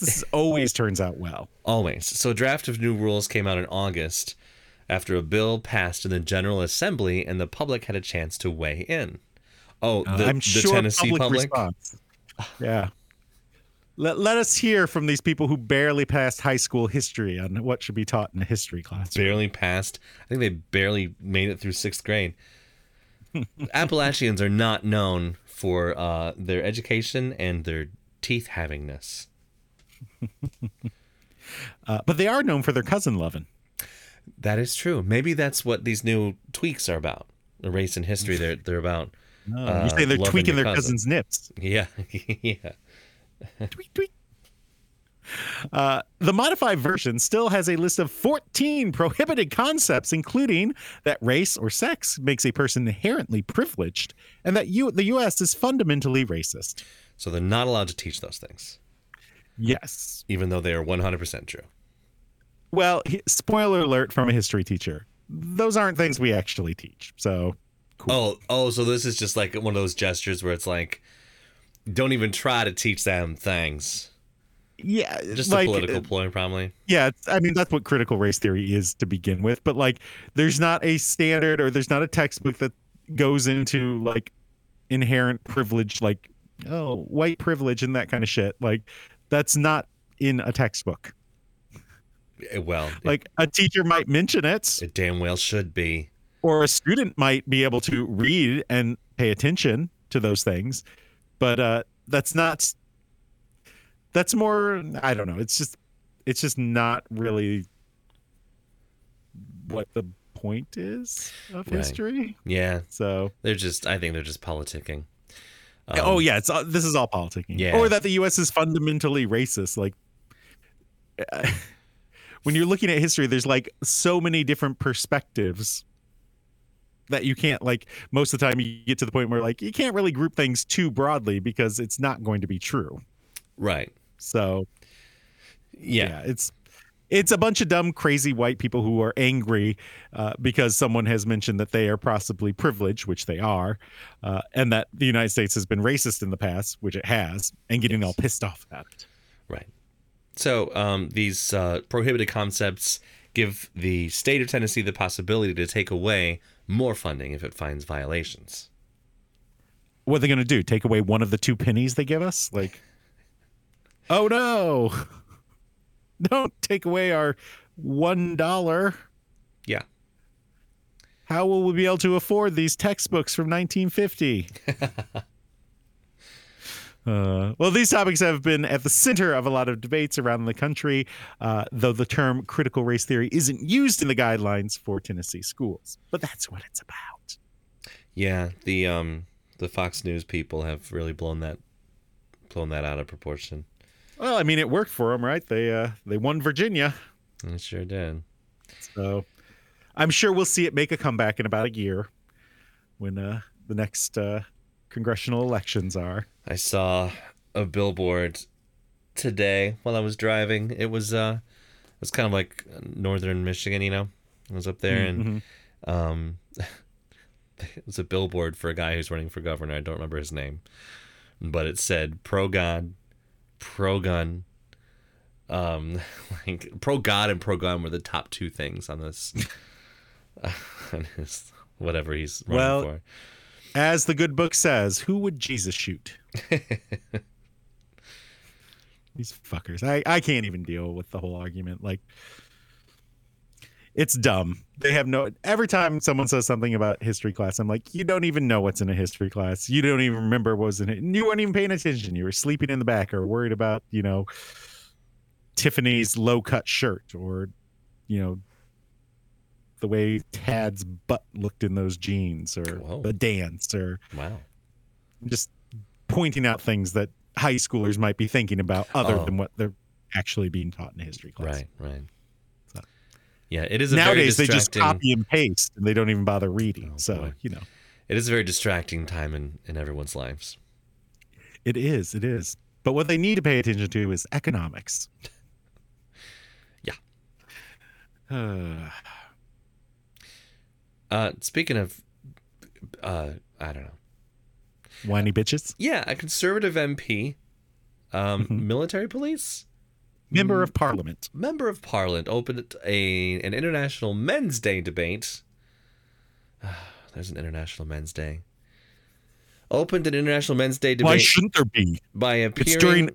[SPEAKER 2] This is always turns out well.
[SPEAKER 1] Always. So, a draft of new rules came out in August after a bill passed in the General Assembly and the public had a chance to weigh in. Oh, the,
[SPEAKER 2] Uh, I'm
[SPEAKER 1] the
[SPEAKER 2] sure
[SPEAKER 1] Tennessee
[SPEAKER 2] public,
[SPEAKER 1] public?
[SPEAKER 2] response. Yeah. Let, let us hear from these people who barely passed high school history on what should be taught in a history class.
[SPEAKER 1] barely passed. I think they barely made it through sixth grade. Appalachians are not known for uh, their education and their teeth havingness.
[SPEAKER 2] Uh, but they are known for their cousin loving.
[SPEAKER 1] That is true. Maybe that's what these new tweaks are about. The race and history they're they're about.
[SPEAKER 2] you say they're
[SPEAKER 1] Uh, loving
[SPEAKER 2] tweaking
[SPEAKER 1] your
[SPEAKER 2] their
[SPEAKER 1] cousin.
[SPEAKER 2] cousin's nips.
[SPEAKER 1] Yeah, yeah.
[SPEAKER 2] tweet, tweet. Uh, the modified version still has a list of 14 prohibited concepts, including that race or sex makes a person inherently privileged, and that you, the U.S. is fundamentally racist.
[SPEAKER 1] So they're not allowed to teach those things,
[SPEAKER 2] Yes.
[SPEAKER 1] even though they are one hundred percent true.
[SPEAKER 2] Well, he- spoiler alert from a history teacher: those aren't things we actually teach. So,
[SPEAKER 1] Oh, oh. So this is just like one of those gestures where it's like, don't even try to teach them things.
[SPEAKER 2] yeah,
[SPEAKER 1] Just
[SPEAKER 2] like,
[SPEAKER 1] a political ploy, probably.
[SPEAKER 2] Yeah, it's- I mean that's what critical race theory is to begin with, but like there's not a standard or there's not a textbook that goes into like inherent privilege like oh, white privilege and that kind of shit. Like that's not in a textbook.
[SPEAKER 1] Eh, Well, it-
[SPEAKER 2] Like a teacher might mention it
[SPEAKER 1] it damn well should be.
[SPEAKER 2] or a student might be able to read and pay attention to those things, but uh that's not that's more I don't know. It's just it's just not really what the point is of
[SPEAKER 1] Right.
[SPEAKER 2] history.
[SPEAKER 1] Yeah,
[SPEAKER 2] So
[SPEAKER 1] they're just. I think they're just politicking. Um,
[SPEAKER 2] oh yeah, it's all, this is all politicking.
[SPEAKER 1] Yeah.
[SPEAKER 2] Or that the US is fundamentally racist like when you're looking at history there's like so many different perspectives that you can't like most of the time you get to the point where like you can't really group things too broadly because it's not going to be true.
[SPEAKER 1] Right.
[SPEAKER 2] So
[SPEAKER 1] Yeah.
[SPEAKER 2] yeah, it's it's a bunch of dumb, crazy white people who are angry uh, because someone has mentioned that they are possibly privileged, which they are, uh, and that the United States has been racist in the past, which it has, and getting all pissed off at it.
[SPEAKER 1] Right. So um, these uh, prohibited concepts give the state of Tennessee the possibility to take away more funding if it finds violations.
[SPEAKER 2] What are they going to do? Take away one of the two pennies they give us? Like, oh no, don't take away our one dollar.
[SPEAKER 1] Yeah.
[SPEAKER 2] How will we be able to afford these textbooks from 1950? Uh, well, these topics have been at the center of a lot of debates around the country, uh, though the term critical race theory isn't used in the guidelines for Tennessee schools. But that's what it's about.
[SPEAKER 1] Yeah. The um, the Fox News people have really blown that blown that out of proportion.
[SPEAKER 2] Well, I mean, it worked for them, right? They uh, they won Virginia,
[SPEAKER 1] It sure did.
[SPEAKER 2] so I'm sure we'll see it make a comeback in about a year. when uh, the next uh, congressional elections are.
[SPEAKER 1] I saw a billboard today while I was driving. It was uh it was kind of like northern Michigan, you know. I was up
[SPEAKER 2] Mm,
[SPEAKER 1] there
[SPEAKER 2] mm-hmm.
[SPEAKER 1] and um it was a billboard for a guy who's running for governor. I don't remember his name. But it said pro God, pro gun. Um like pro God and pro gun were the top two things on this on his whatever he's running
[SPEAKER 2] Well,
[SPEAKER 1] for.
[SPEAKER 2] As the good book says, who would Jesus shoot? These fuckers. I, I can't even deal with the whole argument. Like, it's dumb. They have no. Every time someone says something about history class, I'm like, you don't even know what's in a history class. You don't even remember what was in it. And you weren't even paying attention. You were sleeping in the back or worried about, you know, Tiffany's low cut shirt or, you know, the way Tad's butt looked in those jeans or
[SPEAKER 1] Whoa.
[SPEAKER 2] the dance or
[SPEAKER 1] Wow.
[SPEAKER 2] just pointing out things that high schoolers might be thinking about other
[SPEAKER 1] Oh.
[SPEAKER 2] than what they're actually being taught in a history class.
[SPEAKER 1] Right, right.
[SPEAKER 2] So-
[SPEAKER 1] Yeah, it is a
[SPEAKER 2] Nowadays
[SPEAKER 1] very
[SPEAKER 2] they just
[SPEAKER 1] distracting.
[SPEAKER 2] copy and paste and they don't even bother reading.
[SPEAKER 1] Oh,
[SPEAKER 2] so,
[SPEAKER 1] boy.
[SPEAKER 2] you know,
[SPEAKER 1] It is a very distracting time in in everyone's lives.
[SPEAKER 2] it is, it is. But what they need to pay attention to is economics.
[SPEAKER 1] Yeah.
[SPEAKER 2] Uh,
[SPEAKER 1] Uh, speaking of, uh, I don't know.
[SPEAKER 2] whiny bitches.
[SPEAKER 1] Yeah, a conservative MP, um, military police
[SPEAKER 2] Mm-hmm. Member
[SPEAKER 1] Mm.
[SPEAKER 2] of Parliament.
[SPEAKER 1] member of Parliament opened a an International Men's Day debate. There's an International Men's Day. Opened an International Men's Day
[SPEAKER 2] Why
[SPEAKER 1] debate
[SPEAKER 2] shouldn't there be?
[SPEAKER 1] by appearing.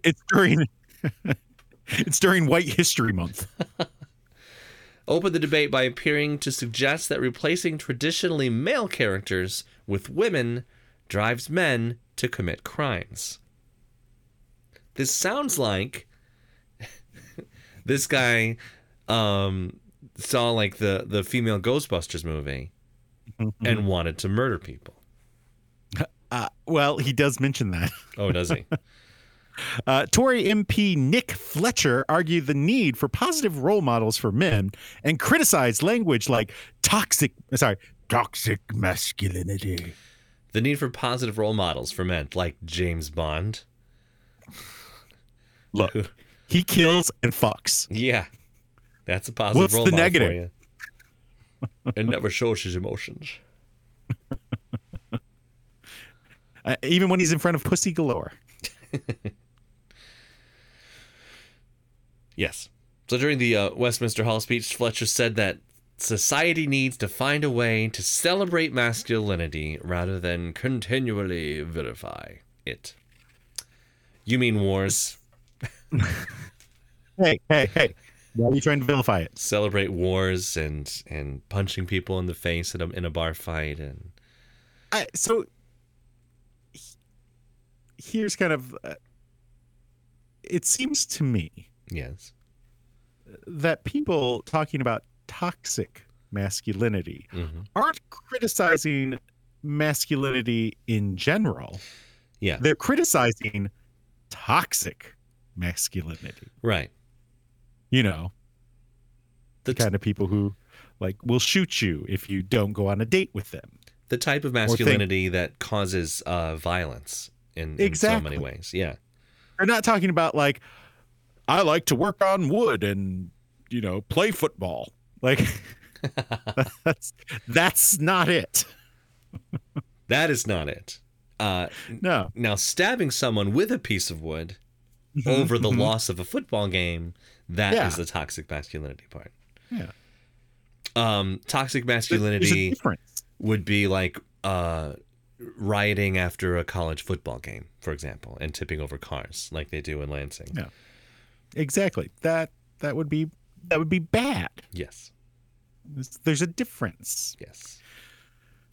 [SPEAKER 2] It's during it's during it's during White History Month.
[SPEAKER 1] opened the debate by appearing to suggest that replacing traditionally male characters with women drives men to commit crimes. This sounds like this guy um, saw like the the female Ghostbusters movie and wanted to murder people.
[SPEAKER 2] Uh, well, he does mention that.
[SPEAKER 1] Oh, does he?
[SPEAKER 2] Uh, Tory MP Nick Fletcher argued the need for positive role models for men and criticized language like toxic, uh, sorry, toxic masculinity.
[SPEAKER 1] the need for positive role models for men, like James Bond.
[SPEAKER 2] Look, he kills and fucks.
[SPEAKER 1] Yeah, that's a positive
[SPEAKER 2] What's
[SPEAKER 1] role
[SPEAKER 2] the
[SPEAKER 1] model
[SPEAKER 2] negative?
[SPEAKER 1] for you. It never shows his emotions.
[SPEAKER 2] Uh, even when he's in front of pussy galore.
[SPEAKER 1] Yes. So during the uh, Westminster Hall speech, Fletcher said that society needs to find a way to celebrate masculinity rather than continually vilify it. You mean wars?
[SPEAKER 2] Hey, hey, hey. Why are you trying to vilify it?
[SPEAKER 1] Celebrate wars and and punching people in the face in a, in a bar fight and
[SPEAKER 2] I, so he- here's kind of uh, it seems to me
[SPEAKER 1] yes,
[SPEAKER 2] that people talking about toxic masculinity
[SPEAKER 1] hmm
[SPEAKER 2] aren't criticizing masculinity in general.
[SPEAKER 1] Yeah.
[SPEAKER 2] They're criticizing toxic masculinity.
[SPEAKER 1] right.
[SPEAKER 2] You know,
[SPEAKER 1] The
[SPEAKER 2] the kind of people who like will shoot you if you don't go on a date with them.
[SPEAKER 1] The type of masculinity that causes uh, violence in, in so
[SPEAKER 2] Exactly.
[SPEAKER 1] many ways. Yeah,
[SPEAKER 2] They're not talking about like I like to work on wood and you know, play football. Like that's that's not it.
[SPEAKER 1] that is not it. Uh,
[SPEAKER 2] No.
[SPEAKER 1] Now, stabbing someone with a piece of wood over the loss of a football game, that is
[SPEAKER 2] Mm-hmm. Yeah.
[SPEAKER 1] the toxic masculinity part.
[SPEAKER 2] Yeah.
[SPEAKER 1] Um, toxic
[SPEAKER 2] There's a
[SPEAKER 1] masculinity
[SPEAKER 2] difference.
[SPEAKER 1] would be like uh, rioting after a college football game, for example, and tipping over cars like they do in Lansing.
[SPEAKER 2] Yeah. Exactly. That that would be that would be bad.
[SPEAKER 1] Yes.
[SPEAKER 2] There's- There's a difference.
[SPEAKER 1] Yes.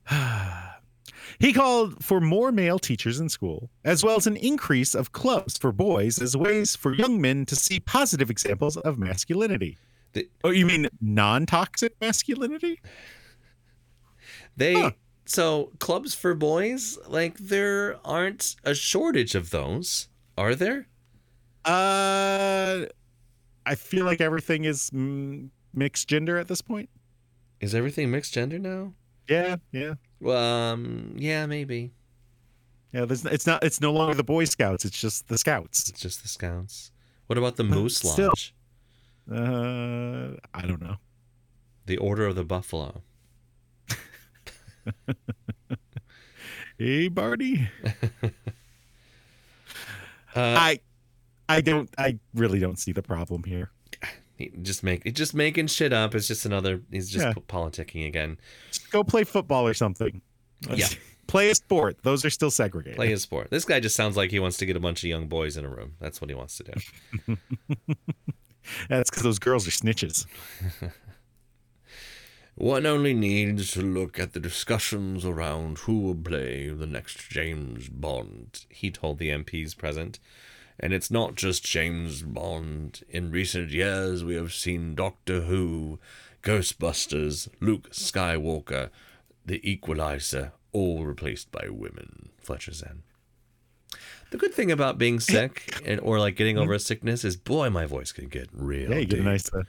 [SPEAKER 2] He called for more male teachers in school, as well as an increase of clubs for boys as ways for young men to see positive examples of masculinity.
[SPEAKER 1] The-
[SPEAKER 2] oh, you mean non toxic masculinity?
[SPEAKER 1] They
[SPEAKER 2] Huh.
[SPEAKER 1] so clubs for boys, like there aren't a shortage of those, are there?
[SPEAKER 2] Uh, I feel like everything is mm, mixed gender at this point.
[SPEAKER 1] Is everything mixed gender now?
[SPEAKER 2] Yeah, yeah,
[SPEAKER 1] Um, yeah, maybe.
[SPEAKER 2] yeah. There's, it's not. It's no longer the Boy Scouts. It's just the Scouts.
[SPEAKER 1] It's just the Scouts. What about the
[SPEAKER 2] But
[SPEAKER 1] Moose Lodge?
[SPEAKER 2] still. Uh, I don't know.
[SPEAKER 1] The Order of the Buffalo.
[SPEAKER 2] Hey, Barty.
[SPEAKER 1] Uh,
[SPEAKER 2] I, I don't. I really don't see the problem here.
[SPEAKER 1] he- just make he's just making shit up. It's just another. He's just
[SPEAKER 2] Yeah.
[SPEAKER 1] po- politicking again.
[SPEAKER 2] Just go play football or something.
[SPEAKER 1] Yeah.
[SPEAKER 2] Play a sport. Those are still segregated.
[SPEAKER 1] Play his sport. This guy just sounds like he wants to get a bunch of young boys in a room. That's what he wants to do.
[SPEAKER 2] That's because those girls are snitches.
[SPEAKER 1] One only needs to look at the discussions around who will play the next James Bond, he told the MPs present. And it's not just James Bond. In recent years, we have seen Doctor Who, Ghostbusters, Luke Skywalker, The Equalizer, all replaced by women, Fletcher said. The good thing about being sick and, or like getting over a sickness is, boy, my voice can get real.
[SPEAKER 2] Yeah, you get a
[SPEAKER 1] deep.
[SPEAKER 2] nice. Uh,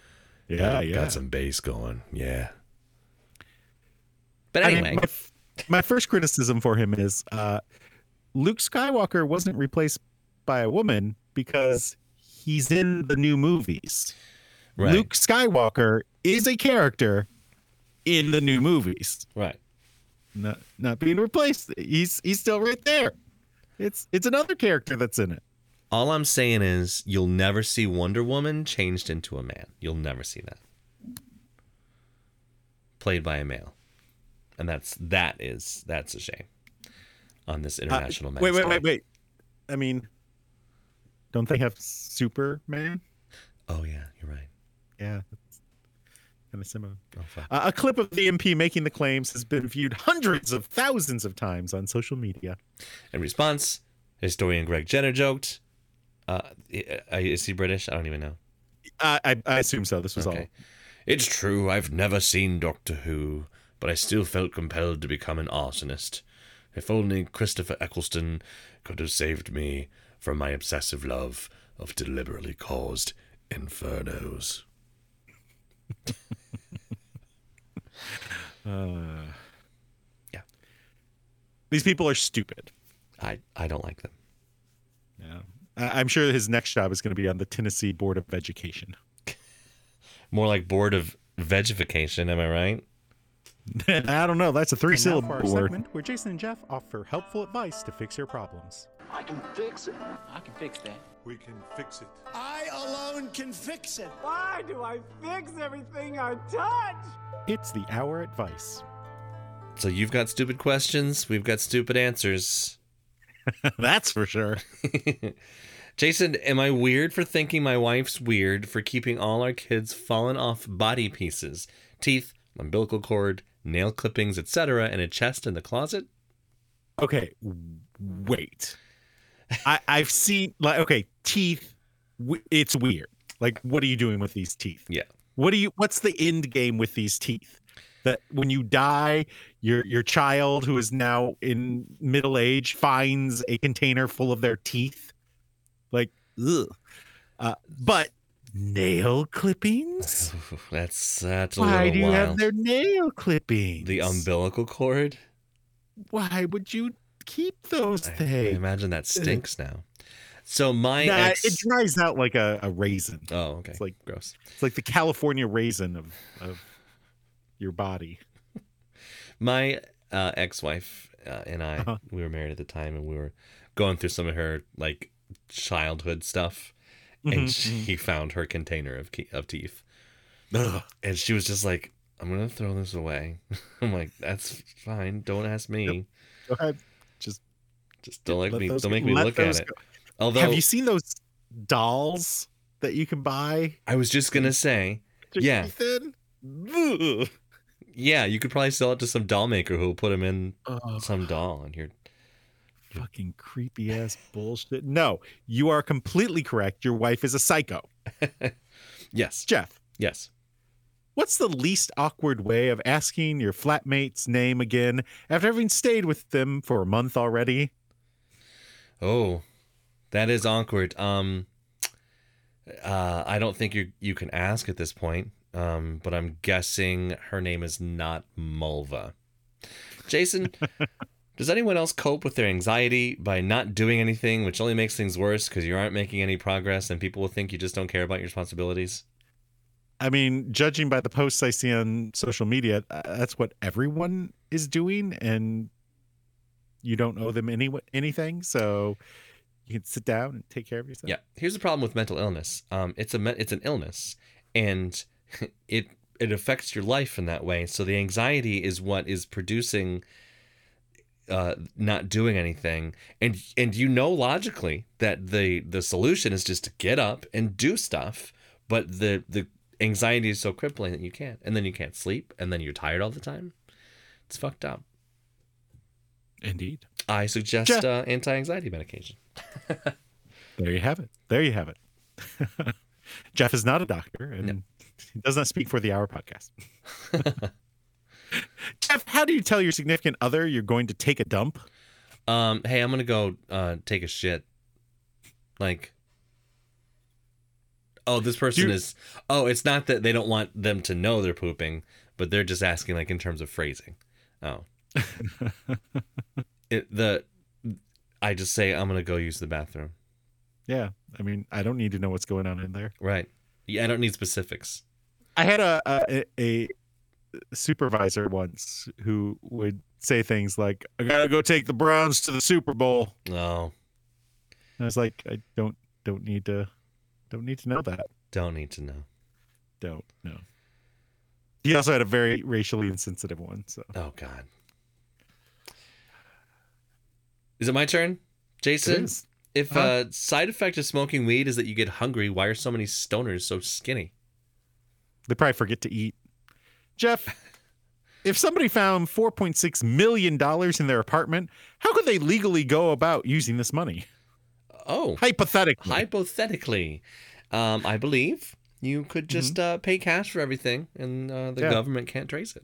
[SPEAKER 2] yeah,
[SPEAKER 1] Got-
[SPEAKER 2] yeah.
[SPEAKER 1] Got some bass going. Yeah. But
[SPEAKER 2] I mean,
[SPEAKER 1] anyway,
[SPEAKER 2] my, f- my first criticism for him is uh, Luke Skywalker wasn't replaced by a woman because he's in the new movies.
[SPEAKER 1] right,
[SPEAKER 2] Luke Skywalker is a character in the new movies,
[SPEAKER 1] right.
[SPEAKER 2] not not being replaced. He's he's still right there. It's it's another character that's in it.
[SPEAKER 1] All I'm saying is you'll never see Wonder Woman changed into a man. You'll never see that. Played by a male. And that's that is that's a shame on this
[SPEAKER 2] Uh,
[SPEAKER 1] international Men's
[SPEAKER 2] wait, wait,
[SPEAKER 1] Day.
[SPEAKER 2] wait, wait. I mean, don't they have Superman?
[SPEAKER 1] Oh yeah, you're right.
[SPEAKER 2] Yeah, that's kind of similar.
[SPEAKER 1] Oh fuck.
[SPEAKER 2] Uh, a clip of the MP making the claims has been viewed hundreds of thousands of times on social media.
[SPEAKER 1] In response, historian Greg Jenner joked, uh, i- i- "Is he British? I don't even know."
[SPEAKER 2] I, Uh, I, I assume so. This was
[SPEAKER 1] Okay. It's true, I've never seen Doctor Who, but I still felt compelled to become an arsonist. If only Christopher Eccleston could have saved me from my obsessive love of deliberately caused infernos.
[SPEAKER 2] all. Uh,
[SPEAKER 1] Yeah.
[SPEAKER 2] These people are stupid.
[SPEAKER 1] I, I don't like them.
[SPEAKER 2] Yeah. I, I'm sure his next job is going to be on the Tennessee Board of Education.
[SPEAKER 1] More like bored of vegification, am I right?
[SPEAKER 2] I don't know. That's a three syllable word.
[SPEAKER 3] where Jason and Jeff offer helpful advice to fix your problems.
[SPEAKER 4] I can fix it.
[SPEAKER 5] I can fix that.
[SPEAKER 6] We can fix it.
[SPEAKER 7] I alone can fix it.
[SPEAKER 8] Why do I fix everything I touch?
[SPEAKER 3] It's the Hour Advice.
[SPEAKER 1] So you've got stupid questions, we've got stupid answers.
[SPEAKER 2] That's for sure.
[SPEAKER 1] Jason, am I weird for thinking my wife's weird for keeping all our kids' fallen off body pieces, teeth, umbilical cord, nail clippings, etc., in a chest in the closet?
[SPEAKER 2] Okay, w- wait. I, I've seen like okay, teeth. w- It's weird. Like, what are you doing with these teeth?
[SPEAKER 1] Yeah.
[SPEAKER 2] What do you? What's the end game with these teeth? That when you die, your your child who is now in middle age finds a container full of their teeth. Like, ugh. Uh, but nail clippings.
[SPEAKER 1] That's that's a
[SPEAKER 2] Why
[SPEAKER 1] little
[SPEAKER 2] do you
[SPEAKER 1] wild.
[SPEAKER 2] have their nail clippings?
[SPEAKER 1] the umbilical cord.
[SPEAKER 2] Why would you keep those
[SPEAKER 1] I, I
[SPEAKER 2] things?
[SPEAKER 1] imagine that stinks now. So my
[SPEAKER 2] Nah,
[SPEAKER 1] ex.
[SPEAKER 2] it dries out like a, a raisin.
[SPEAKER 1] oh, okay.
[SPEAKER 2] It's like
[SPEAKER 1] gross.
[SPEAKER 2] it's like the California raisin of, of your body.
[SPEAKER 1] my uh, ex-wife uh, and I,
[SPEAKER 2] Uh-huh.
[SPEAKER 1] we were married at the time, and we were going through some of her like childhood stuff, and
[SPEAKER 2] Mhm,
[SPEAKER 1] she found her container of ke- of teeth,
[SPEAKER 2] mm-hmm.
[SPEAKER 1] and she was just like, "I'm gonna throw this away." I'm like, "That's fine. Don't ask me.
[SPEAKER 2] Go ahead.
[SPEAKER 1] Just don't like
[SPEAKER 2] Let
[SPEAKER 1] me.
[SPEAKER 2] those
[SPEAKER 1] Don't
[SPEAKER 2] go-
[SPEAKER 1] make me
[SPEAKER 2] let
[SPEAKER 1] look at
[SPEAKER 2] those
[SPEAKER 1] it."
[SPEAKER 2] go.
[SPEAKER 1] Although
[SPEAKER 2] Have you seen those dolls that you can buy?
[SPEAKER 1] I was just gonna
[SPEAKER 2] Mm-hmm.
[SPEAKER 1] say,
[SPEAKER 2] They're
[SPEAKER 1] Yeah.
[SPEAKER 2] teeth in? Ugh.
[SPEAKER 1] yeah, you could probably sell it to some doll maker who will put them in
[SPEAKER 2] Oh,
[SPEAKER 1] some doll, and you're
[SPEAKER 2] fucking creepy ass bullshit. No, you are completely correct. Your wife is a psycho.
[SPEAKER 1] yes,
[SPEAKER 2] Jeff,
[SPEAKER 1] yes.
[SPEAKER 2] what's the least awkward way of asking your flatmate's name again after having stayed with them for a month already?
[SPEAKER 1] Oh, that is awkward. Um, uh, I don't think you you can ask at this point. Um, but I'm guessing her name is not Mulva. Jason, does anyone else cope with their anxiety by not doing anything, which only makes things worse because you aren't making any progress and people will think you just don't care about your responsibilities?
[SPEAKER 2] I mean, judging by the posts I see on social media, uh, that's what everyone is doing, and you don't owe them any anything. So you can sit down and take care of yourself.
[SPEAKER 1] Yeah, here's the problem with mental illness. Um, it's a me- it's an illness, and it it affects your life in that way. So the anxiety is what is producing uh, not doing anything, and and you know logically that the the solution is just to get up and do stuff, but the the anxiety is so crippling that you can't, and then you can't sleep, and then you're tired all the time. It's fucked up.
[SPEAKER 2] indeed.
[SPEAKER 1] I suggest
[SPEAKER 2] Jeff-
[SPEAKER 1] uh, anti-anxiety medication.
[SPEAKER 2] There you have it. There you have it. Jeff is not a doctor and he does not speak for the Hour podcast. Jeff, how do you tell your significant other you're going to take a dump?
[SPEAKER 1] um, hey, I'm gonna go uh, take a shit. Like, oh, this person
[SPEAKER 2] Dude.
[SPEAKER 1] is. Oh, it's not that they don't want them to know they're pooping, but they're just asking like in terms of phrasing. Oh, it, the I just say I'm gonna go use the bathroom.
[SPEAKER 2] Yeah. I mean, I don't need to know what's going on in there.
[SPEAKER 1] Right. Yeah, I don't need specifics.
[SPEAKER 2] I had a a, a supervisor once who would say things like, "I gotta go take the Browns to the Super Bowl."
[SPEAKER 1] No,
[SPEAKER 2] And I was like, "I don't don't need to don't need to know that.
[SPEAKER 1] don't need to know.
[SPEAKER 2] Don't know." He also had a very racially insensitive one. So
[SPEAKER 1] Oh God. Is it my turn, Jason?
[SPEAKER 2] It is.
[SPEAKER 1] If uh
[SPEAKER 2] Uh-huh.
[SPEAKER 1] side effect of smoking weed is that you get hungry, why are so many stoners so skinny?
[SPEAKER 2] they probably forget to eat. Jeff, if somebody found four point six million dollars in their apartment, how could they legally go about using this money?
[SPEAKER 1] Oh,
[SPEAKER 2] Hypothetically,
[SPEAKER 1] hypothetically, um, I believe you could just uh, pay cash for everything, and uh, the
[SPEAKER 2] Mm-hmm. Yeah.
[SPEAKER 1] government can't trace it.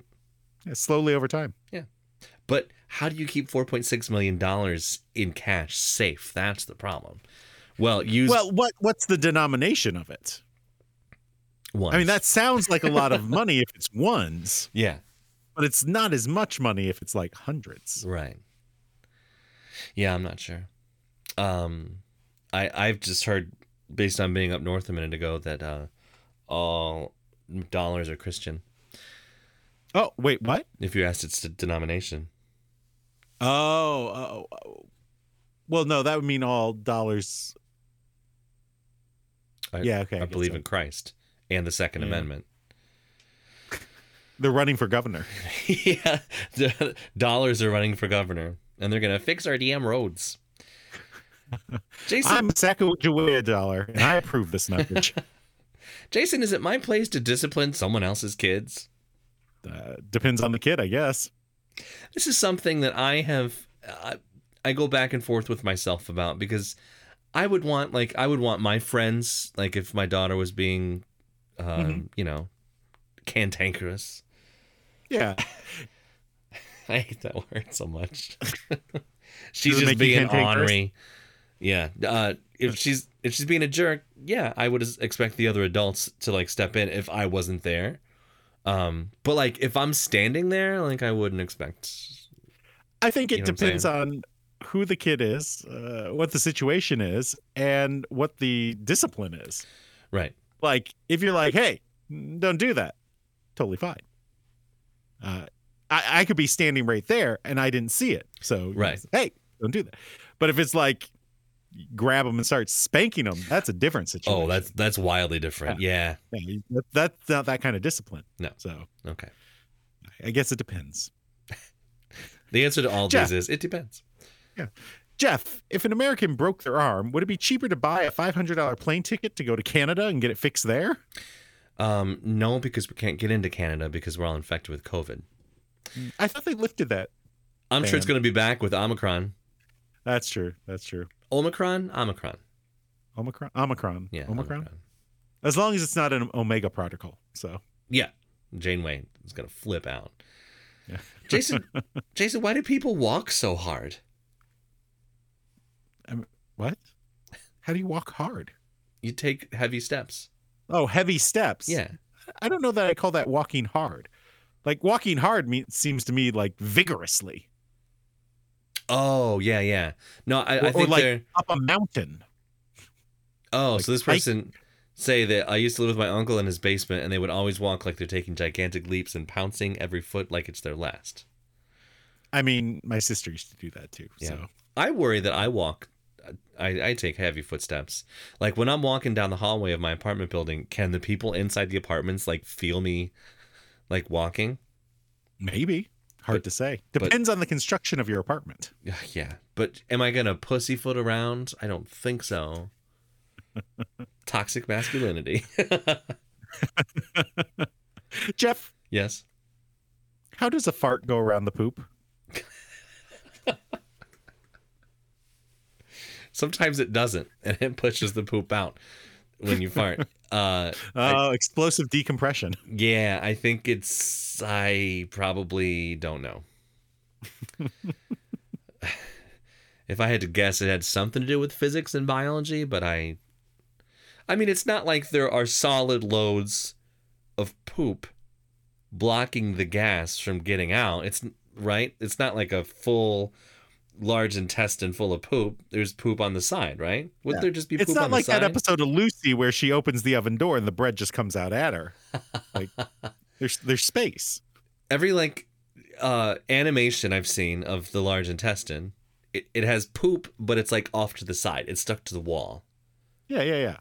[SPEAKER 2] Yeah, slowly over time.
[SPEAKER 1] But how do you keep four point six million dollars in cash safe? That's the problem. Well, use
[SPEAKER 2] Well, what what's the denomination of it?
[SPEAKER 1] one.
[SPEAKER 2] I mean, that sounds like a lot of money if it's ones,
[SPEAKER 1] yeah,
[SPEAKER 2] but it's not as much money if it's like hundreds.
[SPEAKER 1] right. Yeah, I'm not sure. Um, I I've just heard based on being up north a minute ago that uh, all dollars are Christian.
[SPEAKER 2] Oh, wait, what?
[SPEAKER 1] If you asked its denomination,
[SPEAKER 2] Oh, oh, oh. well, no, that would mean all dollars.
[SPEAKER 1] I,
[SPEAKER 2] Yeah, okay, I
[SPEAKER 1] I,
[SPEAKER 2] guess
[SPEAKER 1] believe
[SPEAKER 2] so.
[SPEAKER 1] in Christ and the Second
[SPEAKER 2] Yeah.
[SPEAKER 1] Amendment.
[SPEAKER 2] They're running for governor.
[SPEAKER 1] yeah, d- dollars are running for governor, and they're gonna fix our DM roads. Jason,
[SPEAKER 2] I'm Sacagawea dollar, and I approve this message.
[SPEAKER 1] Jason, is it my place to discipline someone else's kids?
[SPEAKER 2] uh, depends on the kid, I guess.
[SPEAKER 1] this is something that I have I, I go back and forth with myself about because I would want like I would want my friends like if my daughter was being um,
[SPEAKER 2] Mm-hmm.
[SPEAKER 1] you know cantankerous.
[SPEAKER 2] Yeah,
[SPEAKER 1] I hate that word so much. she's
[SPEAKER 2] Does
[SPEAKER 1] just
[SPEAKER 2] it make you
[SPEAKER 1] being
[SPEAKER 2] cantankerous?
[SPEAKER 1] ornery. Yeah. Uh, if she's if she's being a jerk, yeah, I would expect the other adults to like step in if I wasn't there. Um, but like if I'm standing there, like I wouldn't expect
[SPEAKER 2] I think it
[SPEAKER 1] You know what I'm
[SPEAKER 2] depends on who the kid is, uh, what the situation is, and what the discipline is.
[SPEAKER 1] right.
[SPEAKER 2] like if you're like hey don't do that totally fine uh, I, I could be standing right there and i didn't see it so you
[SPEAKER 1] Right.
[SPEAKER 2] say, hey don't do that but if it's like grab them and start spanking them that's a different situation
[SPEAKER 1] Oh, that's that's wildly different. Yeah.
[SPEAKER 2] Yeah, you- that, that's not that kind of discipline
[SPEAKER 1] No.
[SPEAKER 2] so
[SPEAKER 1] Okay.
[SPEAKER 2] i guess it depends
[SPEAKER 1] The answer to all
[SPEAKER 2] Jeff.
[SPEAKER 1] these is it depends.
[SPEAKER 2] jeff if an american broke their arm would it be cheaper to buy a $500 plane ticket to go to canada and get it fixed there
[SPEAKER 1] Um, no, because we can't get into Canada because we're all infected with COVID.
[SPEAKER 2] i thought they lifted that
[SPEAKER 1] I'm sure it's
[SPEAKER 2] Man.
[SPEAKER 1] going to be back with Omicron.
[SPEAKER 2] that's true that's true
[SPEAKER 1] Omicron, Omicron.
[SPEAKER 2] omicron omicron
[SPEAKER 1] Yeah.
[SPEAKER 2] omicron as long as it's not an omega protocol so
[SPEAKER 1] Yeah. Janeway is going to flip out.
[SPEAKER 2] Yeah.
[SPEAKER 1] Jason, Jason, why do people walk so hard?
[SPEAKER 2] what how do you walk hard
[SPEAKER 1] You take heavy steps.
[SPEAKER 2] oh heavy steps
[SPEAKER 1] Yeah.
[SPEAKER 2] i don't know that i call that walking hard Like walking hard means seems to me like vigorously,
[SPEAKER 1] Oh yeah, yeah. No, I,
[SPEAKER 2] or,
[SPEAKER 1] I
[SPEAKER 2] or
[SPEAKER 1] think
[SPEAKER 2] like
[SPEAKER 1] they're.
[SPEAKER 2] up a mountain.
[SPEAKER 1] Oh, so this
[SPEAKER 2] I-
[SPEAKER 1] person say that I used to live with my uncle in his basement, and they would always walk like they're taking gigantic leaps and pouncing every foot like it's their last.
[SPEAKER 2] I mean, my sister used to do that too.
[SPEAKER 1] Yeah.
[SPEAKER 2] So
[SPEAKER 1] I worry that I walk, I, I take heavy footsteps. Like when I'm walking down the hallway of my apartment building, can the people inside the apartments like feel me, like walking?
[SPEAKER 2] maybe hard
[SPEAKER 1] But-
[SPEAKER 2] to say.
[SPEAKER 1] but-
[SPEAKER 2] Depends on the construction of your apartment.
[SPEAKER 1] Yeah, but am I gonna pussyfoot around? I don't think so. Toxic masculinity.
[SPEAKER 2] Jeff,
[SPEAKER 1] yes.
[SPEAKER 2] how does a fart go around the poop?
[SPEAKER 1] Sometimes it doesn't, and it pushes the poop out when you fart. Uh,
[SPEAKER 2] Oh, explosive decompression.
[SPEAKER 1] yeah, I think it's. I probably don't know. if I had to guess, it had something to do with physics and biology, but I. I mean, it's not like there are solid loads of poop blocking the gas from getting out. It's right. It's not like a full large intestine full of poop. There's poop on the side, right? Wouldn't there just be poop
[SPEAKER 2] It's not
[SPEAKER 1] on
[SPEAKER 2] like
[SPEAKER 1] the side?
[SPEAKER 2] that episode of Lucy where she opens the oven door and the bread just comes out at her. Like there's there's space.
[SPEAKER 1] every like uh animation I've seen of the large intestine, it, it has poop, but it's like off to the side. It's stuck to the wall.
[SPEAKER 2] Yeah, yeah, yeah.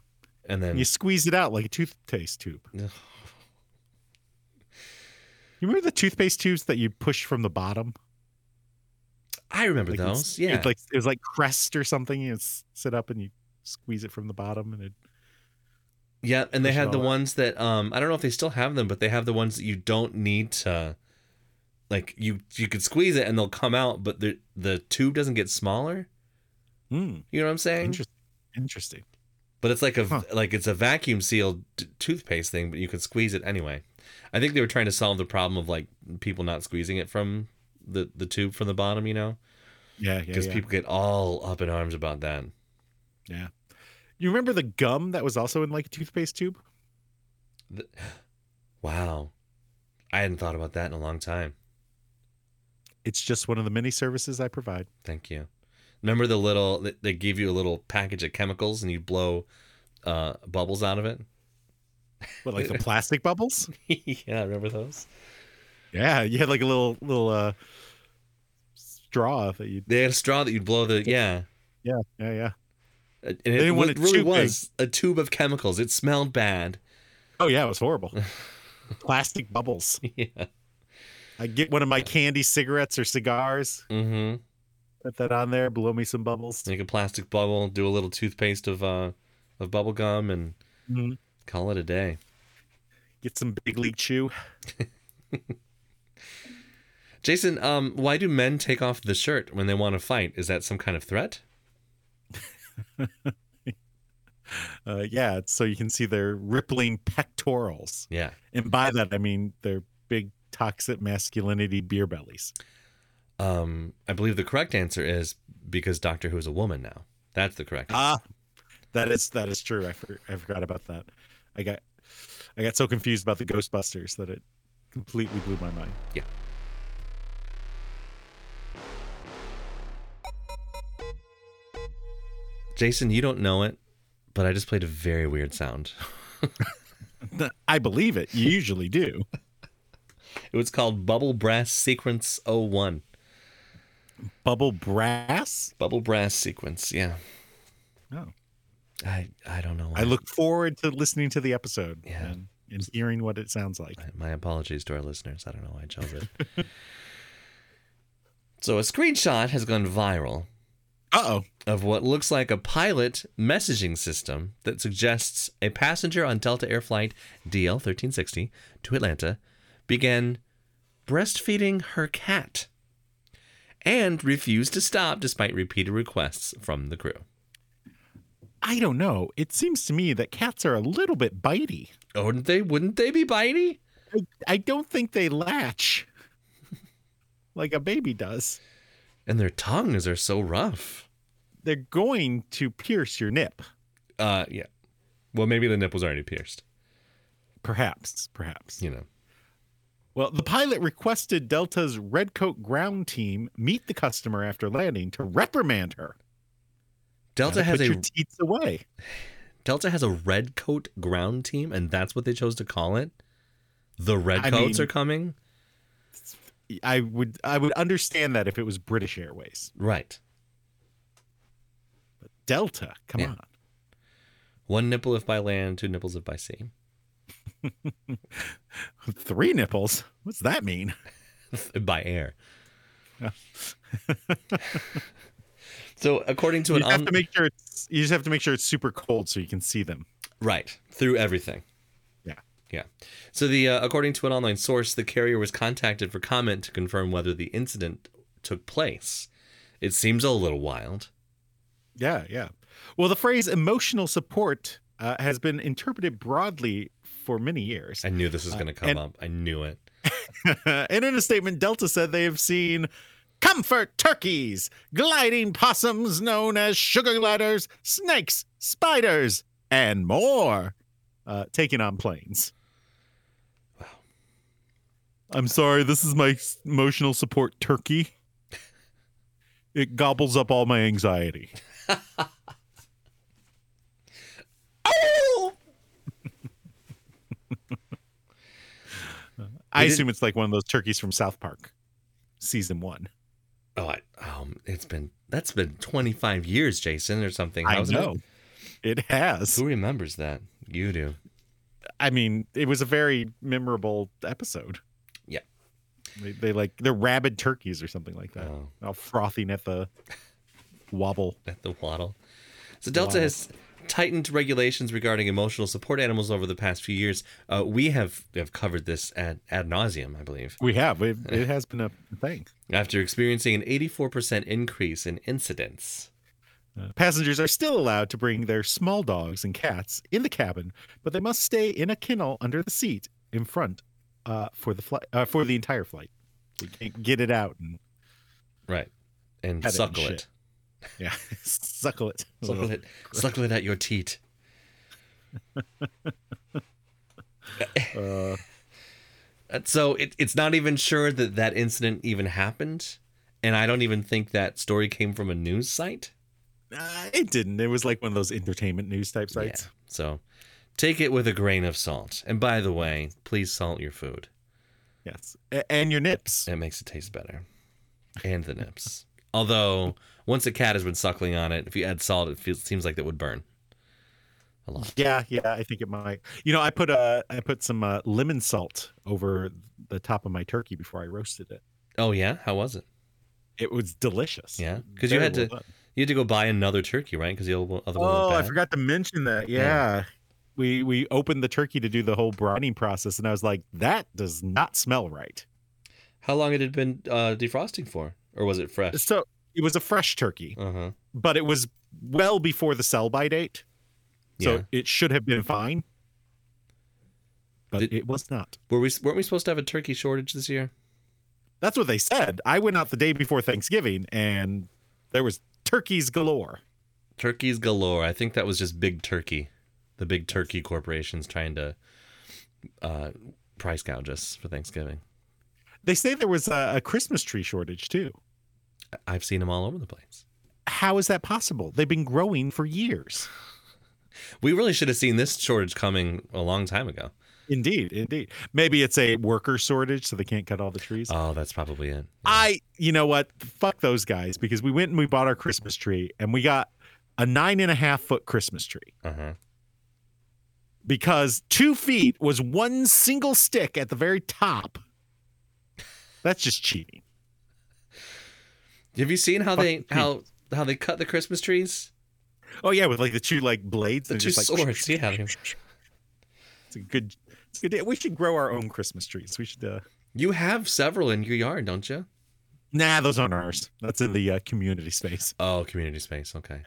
[SPEAKER 1] And then
[SPEAKER 2] You squeeze it out like a toothpaste tube.
[SPEAKER 1] Ugh.
[SPEAKER 2] You remember the toothpaste tubes that you push from the bottom?
[SPEAKER 1] I remember
[SPEAKER 2] Like it's-
[SPEAKER 1] those. Yeah.
[SPEAKER 2] It's like it was like crest or something. You s- sit up and you squeeze it from the bottom and it
[SPEAKER 1] yeah, and they
[SPEAKER 2] push it
[SPEAKER 1] had the
[SPEAKER 2] all out.
[SPEAKER 1] ones that um I don't know if they still have them, but they have the ones that you don't need to like you you could squeeze it and they'll come out, but the the tube doesn't get smaller.
[SPEAKER 2] Hmm.
[SPEAKER 1] You know what I'm saying?
[SPEAKER 2] interesting. Interesting.
[SPEAKER 1] But it's like a
[SPEAKER 2] Huh.
[SPEAKER 1] like it's a vacuum sealed t- toothpaste thing, but you can squeeze it anyway. I think they were trying to solve the problem of like people not squeezing it from the the tube from the bottom, you know,
[SPEAKER 2] Yeah, yeah.
[SPEAKER 1] because
[SPEAKER 2] yeah.
[SPEAKER 1] people get all up in arms about that.
[SPEAKER 2] You remember the gum that was also in like a toothpaste tube?
[SPEAKER 1] Th- Wow, I hadn't thought about that in a long time.
[SPEAKER 2] It's just one of the many services I provide.
[SPEAKER 1] Thank you. Remember the little they- they give you a little package of chemicals and you blow uh, bubbles out of it.
[SPEAKER 2] What, like the plastic bubbles?
[SPEAKER 1] yeah, I remember those.
[SPEAKER 2] Yeah, you had like a little little uh straw that you.
[SPEAKER 1] They had a straw that you'd blow the yeah.
[SPEAKER 2] Yeah, yeah, yeah.
[SPEAKER 1] And it
[SPEAKER 2] didn't want
[SPEAKER 1] wa-
[SPEAKER 2] it
[SPEAKER 1] really
[SPEAKER 2] too big.
[SPEAKER 1] was a tube of chemicals. It smelled bad.
[SPEAKER 2] Oh yeah, it was horrible. plastic bubbles.
[SPEAKER 1] yeah.
[SPEAKER 2] I get one of my candy cigarettes or cigars,
[SPEAKER 1] Mm-hmm.
[SPEAKER 2] put that on there, blow me some bubbles.
[SPEAKER 1] Make a plastic bubble, do a little toothpaste of uh of bubble gum and
[SPEAKER 2] Mhm.
[SPEAKER 1] call it a day.
[SPEAKER 2] Get some big league chew.
[SPEAKER 1] Jason, um, why do men take off the shirt when they want to fight? Is that some kind of threat?
[SPEAKER 2] Uh, yeah, it's so you can see their rippling pectorals,
[SPEAKER 1] Yeah.
[SPEAKER 2] and by that I mean their big toxic masculinity beer bellies.
[SPEAKER 1] Um, I believe the correct answer is because Doctor Who is a woman now. That's the correct answer.
[SPEAKER 2] Ah, that is that is true. I, for, I forgot about that. I got I got so confused about the Ghostbusters that it completely blew my mind.
[SPEAKER 1] Jason, you don't know it, but I just played a very weird sound.
[SPEAKER 2] I believe it. You usually do.
[SPEAKER 1] It was called Bubble Brass Sequence 01.
[SPEAKER 2] Bubble brass.
[SPEAKER 1] Bubble Brass Sequence, yeah.
[SPEAKER 2] Oh.
[SPEAKER 1] I I don't know why.
[SPEAKER 2] I look forward to listening to the episode
[SPEAKER 1] Yeah.
[SPEAKER 2] and, and hearing what it sounds like.
[SPEAKER 1] My apologies to our listeners. I don't know why I chose it. so, a screenshot has gone viral
[SPEAKER 2] Uh oh.
[SPEAKER 1] of what looks like a pilot messaging system that suggests a passenger on Delta Air Flight DL 1360 to Atlanta began breastfeeding her cat and refused to stop despite repeated requests from the crew.
[SPEAKER 2] I don't know. It seems to me that cats are a little bit bitey.
[SPEAKER 1] Oh, wouldn't they? Wouldn't they be bitey?
[SPEAKER 2] I, I don't think they latch like a baby does.
[SPEAKER 1] And their tongues are so rough.
[SPEAKER 2] They're going to pierce your nip.
[SPEAKER 1] Uh, yeah. Well, maybe the nip was already pierced.
[SPEAKER 2] Perhaps, perhaps.
[SPEAKER 1] You know.
[SPEAKER 2] Well, the pilot requested Delta's Redcoat ground team meet the customer after landing to reprimand her.
[SPEAKER 1] Delta
[SPEAKER 2] Gotta
[SPEAKER 1] has
[SPEAKER 2] put
[SPEAKER 1] a
[SPEAKER 2] your teats away.
[SPEAKER 1] Delta has a red coat ground team, and that's what they chose to call it. The red
[SPEAKER 2] I
[SPEAKER 1] coats
[SPEAKER 2] mean-
[SPEAKER 1] are coming,
[SPEAKER 2] I would I would understand that if it was British Airways.
[SPEAKER 1] right?
[SPEAKER 2] Delta, come
[SPEAKER 1] Yeah.
[SPEAKER 2] on.
[SPEAKER 1] One nipple if by land, two nipples if by sea.
[SPEAKER 2] Three nipples. What's that mean?
[SPEAKER 1] by air. so according to
[SPEAKER 2] You
[SPEAKER 1] an
[SPEAKER 2] have
[SPEAKER 1] on-
[SPEAKER 2] to make sure it's, you just have to make sure it's super cold so you can see them.
[SPEAKER 1] right through everything.
[SPEAKER 2] Yeah.
[SPEAKER 1] Yeah. So the uh, according to an online source, the carrier was contacted for comment to confirm whether the incident took place. It seems a little wild.
[SPEAKER 2] Yeah, yeah. Well, the phrase emotional support uh, has been interpreted broadly for many years.
[SPEAKER 1] I knew this was going to come
[SPEAKER 2] Uh, and-
[SPEAKER 1] up. I knew it.
[SPEAKER 2] and in a statement, Delta said they have seen comfort turkeys, gliding possums known as sugar gliders, snakes, spiders, and more uh, taken on planes. Wow. I'm sorry, this is my s- emotional support turkey. It gobbles up all my anxiety. I
[SPEAKER 1] did-
[SPEAKER 2] assume it's like one of those turkeys from South Park, season one.
[SPEAKER 1] Oh, I, um, it's been that's been 25 years, Jason, or something. hasn't it?
[SPEAKER 2] It has.
[SPEAKER 1] Who remembers that? You do.
[SPEAKER 2] I mean, it was a very memorable episode.
[SPEAKER 1] Yeah.
[SPEAKER 2] They, they like they're rabid turkeys or something like that.
[SPEAKER 1] Oh.
[SPEAKER 2] All frothing at the wobble.
[SPEAKER 1] at the waddle. So Delta
[SPEAKER 2] Waddle.
[SPEAKER 1] has tightened regulations regarding emotional support animals over the past few years. Uh, we have have covered this at ad nauseum, I believe.
[SPEAKER 2] We have. It, it has been a thing.
[SPEAKER 1] After experiencing an 84% increase in incidents,
[SPEAKER 2] Uh, passengers are still allowed to bring their small dogs and cats in the cabin, but they must stay in a kennel under the seat in front uh, for the flight uh, for the entire flight. They can't get it out and
[SPEAKER 1] right, and
[SPEAKER 2] Pet it and
[SPEAKER 1] suckle
[SPEAKER 2] shit.
[SPEAKER 1] it,
[SPEAKER 2] yeah, suckle it.
[SPEAKER 1] suckle it, suckle it at your teat.
[SPEAKER 2] Uh,
[SPEAKER 1] Uh, So it, it's not even sure that that incident even happened, and I don't even think that story came from a news site.
[SPEAKER 2] Uh, it didn't. It was like one of those entertainment news type sites.
[SPEAKER 1] So take it with a grain of salt. And by the way, please salt your food.
[SPEAKER 2] Yes. A- and your nips.
[SPEAKER 1] It makes it taste better. And the nips. Although, once a cat has been suckling on it, if you add salt, it feels, seems like it would burn. A lot.
[SPEAKER 2] Yeah, yeah. I think it might. You know, I put uh, I put some uh, lemon salt over the top of my turkey before I roasted it.
[SPEAKER 1] Oh, yeah? How was it?
[SPEAKER 2] It was delicious.
[SPEAKER 1] Yeah? Because you,
[SPEAKER 2] Very
[SPEAKER 1] had
[SPEAKER 2] well
[SPEAKER 1] to
[SPEAKER 2] done.
[SPEAKER 1] you had to go buy another turkey, right? Because the old one- other one
[SPEAKER 2] Oh,
[SPEAKER 1] went
[SPEAKER 2] I
[SPEAKER 1] bad.
[SPEAKER 2] forgot to mention that.
[SPEAKER 1] Yeah.
[SPEAKER 2] Yeah. We we opened the turkey to do the whole brining process, and I was like, that does not smell right.
[SPEAKER 1] How long had it been uh, defrosting for? Or was it fresh?
[SPEAKER 2] So it was a fresh turkey,
[SPEAKER 1] Uh huh.
[SPEAKER 2] but it was well before the sell by date. So
[SPEAKER 1] Yeah.
[SPEAKER 2] it should have been fine. But
[SPEAKER 1] Did-
[SPEAKER 2] it was not.
[SPEAKER 1] Were we, weren't we supposed to have a turkey shortage this year?
[SPEAKER 2] That's what they said. I went out the day before Thanksgiving and there was turkeys galore.
[SPEAKER 1] Turkeys galore. I think that was just Big Turkey, the Big Turkey corporations trying to uh, price gouge us for Thanksgiving.
[SPEAKER 2] They say there was a, a Christmas tree shortage too.
[SPEAKER 1] I've seen them all over the place.
[SPEAKER 2] How is that possible? They've been growing for years.
[SPEAKER 1] We really should have seen this shortage coming a long time ago.
[SPEAKER 2] Indeed, indeed. Maybe it's a worker shortage, so they can't cut all the trees.
[SPEAKER 1] Oh, that's probably it.
[SPEAKER 2] I, you know what? Fuck those guys because we went and we bought our Christmas tree and we got a nine and a half foot Christmas tree
[SPEAKER 1] Uh-huh.
[SPEAKER 2] because two feet was one single stick at the very top. That's just cheating.
[SPEAKER 1] Have you seen how they
[SPEAKER 2] Fucking
[SPEAKER 1] how how they cut the Christmas trees?
[SPEAKER 2] Oh yeah, with like the two like blades,
[SPEAKER 1] The
[SPEAKER 2] and
[SPEAKER 1] two
[SPEAKER 2] just, like,
[SPEAKER 1] swords. Yeah.
[SPEAKER 2] It's a good. It's a good. idea. We should grow our own Christmas trees. We should. Uh,
[SPEAKER 1] You have several in your yard, don't you?
[SPEAKER 2] nah, those aren't ours. That's in the uh, community space.
[SPEAKER 1] Oh, community space. Okay.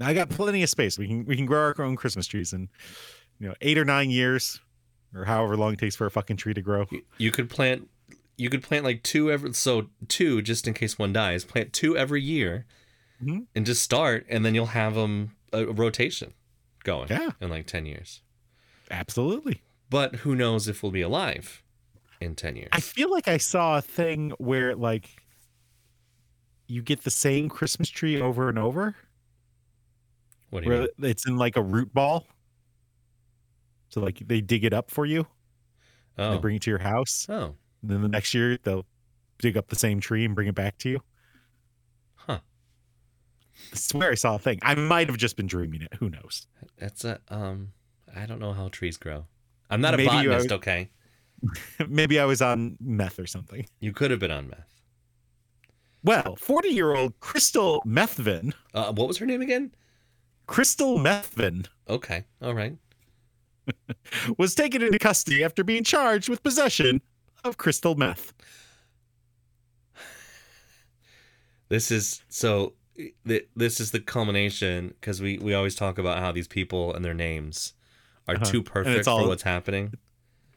[SPEAKER 2] Now I got plenty of space. We can we can grow our own Christmas trees in, you know, eight or nine years, or however long it takes for a fucking tree to grow.
[SPEAKER 1] You, you could plant you could plant like two every so two just in case one dies. Plant two every year,
[SPEAKER 2] Mhm.
[SPEAKER 1] and just start, and then you'll have them a rotation going.
[SPEAKER 2] Yeah.
[SPEAKER 1] In like ten years,
[SPEAKER 2] Absolutely.
[SPEAKER 1] but who knows if we'll be alive? in 10 years.
[SPEAKER 2] I feel like I saw a thing where like you get the same Christmas tree over and over.
[SPEAKER 1] What do you
[SPEAKER 2] Where
[SPEAKER 1] mean?
[SPEAKER 2] it's in like a root ball. So like they dig it up for you, and
[SPEAKER 1] Oh.
[SPEAKER 2] they bring it to your house.
[SPEAKER 1] oh,
[SPEAKER 2] And then the next year they'll dig up the same tree and bring it back to you.
[SPEAKER 1] huh.
[SPEAKER 2] I swear I saw a thing. I might have just been dreaming it. Who knows?
[SPEAKER 1] That's a, um, I don't know how trees grow. I'm not a
[SPEAKER 2] Maybe you
[SPEAKER 1] botanist,
[SPEAKER 2] are-
[SPEAKER 1] okay?
[SPEAKER 2] Maybe I was on meth or something.
[SPEAKER 1] You could have been on meth.
[SPEAKER 2] Well, 40 year old Crystal Methvin.
[SPEAKER 1] Uh, what was her name again?
[SPEAKER 2] Crystal Methvin
[SPEAKER 1] Okay. All right.
[SPEAKER 2] was taken into custody after being charged with possession of crystal meth.
[SPEAKER 1] This is so. Th- this is the culmination because we we always talk about how these people and their names are
[SPEAKER 2] Uh-huh.
[SPEAKER 1] too perfect
[SPEAKER 2] all-
[SPEAKER 1] for what's happening.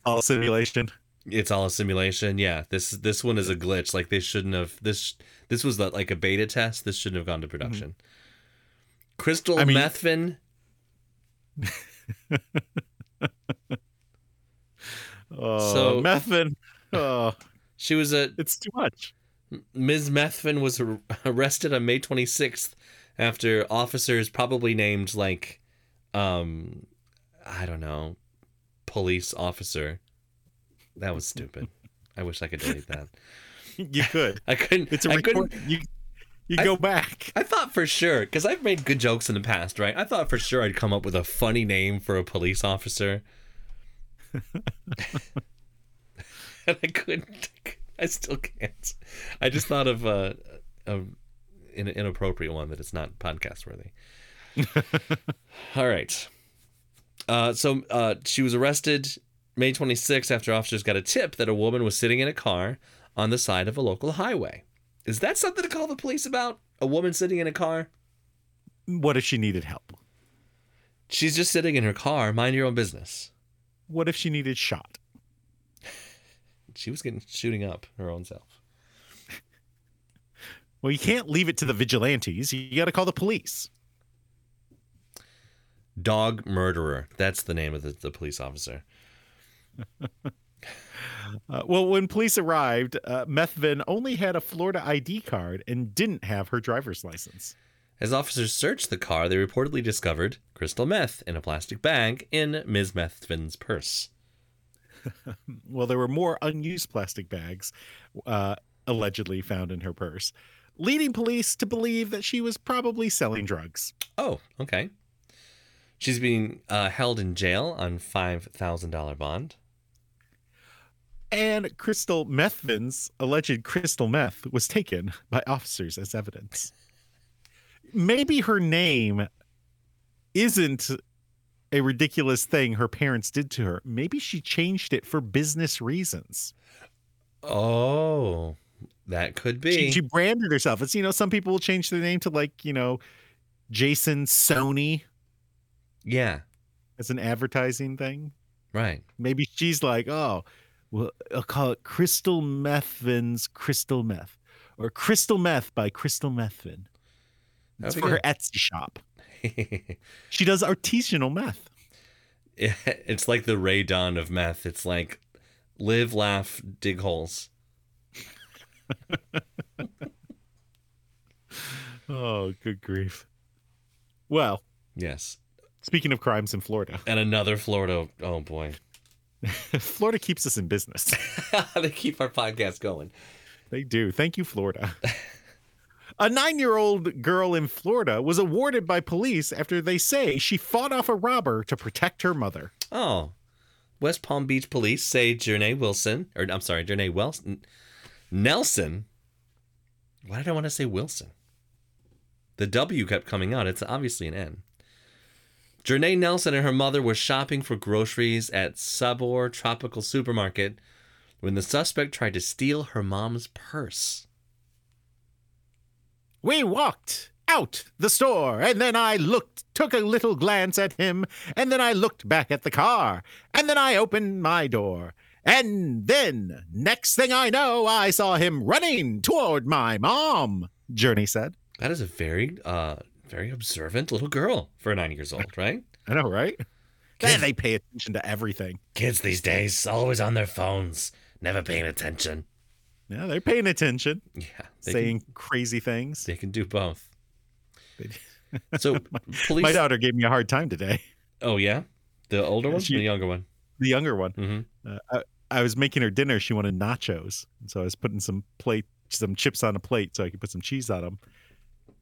[SPEAKER 2] All simulation.
[SPEAKER 1] It's all a simulation. Yeah. This this one is a glitch. Like they shouldn't have. This this was the, like a beta test. This shouldn't have gone to production. Crystal
[SPEAKER 2] Mm-hmm. I mean-
[SPEAKER 1] Methvin.
[SPEAKER 2] Oh,
[SPEAKER 1] So-
[SPEAKER 2] Methvin. Oh,
[SPEAKER 1] She was a
[SPEAKER 2] it's too much.
[SPEAKER 1] Ms. Methvin was ar- arrested on May 26th after officers probably named like um I don't know, police officer. That was stupid. I wish I could delete that.
[SPEAKER 2] You could.
[SPEAKER 1] I couldn't
[SPEAKER 2] It's a
[SPEAKER 1] I couldn't
[SPEAKER 2] record. You, you
[SPEAKER 1] I-
[SPEAKER 2] go back.
[SPEAKER 1] I thought for sure cuz I've made good jokes in the past, right? I thought for sure I'd come up with a funny name for a police officer. and I couldn't I still can't. I just thought of uh, a an inappropriate one that it's not podcast worthy. All right. Uh, so uh, she was arrested May 26th after officers got a tip that a woman was sitting in a car on the side of a local highway. Is that something to call the police about? A woman sitting in a car?
[SPEAKER 2] What if she needed help?
[SPEAKER 1] She's just sitting in her car. Mind your own business.
[SPEAKER 2] What if she needed shot?
[SPEAKER 1] She was getting shooting up her own self.
[SPEAKER 2] Well, you can't leave it to the vigilantes. You got to call the police.
[SPEAKER 1] Dog murderer. That's the name of the, the police officer.
[SPEAKER 2] Uh, well, when police arrived, uh, Methvin only had a Florida ID card and didn't have her driver's license.
[SPEAKER 1] As officers searched the car, they reportedly discovered crystal meth in a plastic bag in Ms. Methvin's purse.
[SPEAKER 2] Well, there were more unused plastic bags uh, allegedly found in her purse, leading police to believe that she was probably selling drugs.
[SPEAKER 1] Oh, okay. She's being uh, held in jail on $5,000 bond.
[SPEAKER 2] And Crystal Methvin's alleged crystal meth was taken by officers as evidence. Maybe her name isn't a ridiculous thing her parents did to her. Maybe she changed it for business reasons.
[SPEAKER 1] Oh, that could be.
[SPEAKER 2] She, she branded herself. It's you know some people will change their name to like you know Jason Sony
[SPEAKER 1] yeah,
[SPEAKER 2] as an advertising thing.
[SPEAKER 1] right.
[SPEAKER 2] Maybe she's like, oh, well, I'll call it Crystal Methvin's Crystal Meth, or Crystal Meth by Crystal Methvin. That's
[SPEAKER 1] That'd be
[SPEAKER 2] for her Etsy shop.
[SPEAKER 1] good.
[SPEAKER 2] She does artisanal meth.
[SPEAKER 1] it's like the Ray Don of meth. It's like live, laugh, dig holes.
[SPEAKER 2] Oh, good grief. Well,
[SPEAKER 1] Yes.
[SPEAKER 2] speaking of crimes in Florida,
[SPEAKER 1] And another Florida. Oh, boy.
[SPEAKER 2] Florida keeps us in business.
[SPEAKER 1] they keep our podcast going.
[SPEAKER 2] They do. Thank you, Florida. a nine year old girl in Florida was awarded by police after they say she fought off a robber to protect her mother.
[SPEAKER 1] Oh, West Palm Beach Police say Jernay Wilson, or I'm sorry, Jernay Wilson, Nelson. Why did I want to say Wilson? The W kept coming out. It's obviously an N. Jernay Nelson and her mother were shopping for groceries at Sabor Tropical Supermarket when the suspect tried to steal her mom's purse.
[SPEAKER 2] We walked out the store, and then I looked, took a little glance at him, and then I looked back at the car, and then I opened my door. And then, next thing I know, I saw him running toward my mom, Journey said.
[SPEAKER 1] That is a very, uh, very observant little girl for nine years old, right?
[SPEAKER 2] I know, right?
[SPEAKER 1] Kids-
[SPEAKER 2] they pay attention to everything.
[SPEAKER 1] Kids these days, always on their phones, never paying attention.
[SPEAKER 2] Yeah, they're paying attention,
[SPEAKER 1] Yeah, they
[SPEAKER 2] saying
[SPEAKER 1] can,
[SPEAKER 2] crazy things.
[SPEAKER 1] they can do both. So police.
[SPEAKER 2] My daughter gave me a hard time today.
[SPEAKER 1] Oh yeah, the older one,
[SPEAKER 2] she-
[SPEAKER 1] the younger one.
[SPEAKER 2] The younger one.
[SPEAKER 1] hmm
[SPEAKER 2] Uh, I, I was making her dinner. She wanted nachos, and so I was putting some plate, some chips on a plate, so I could put some cheese on them.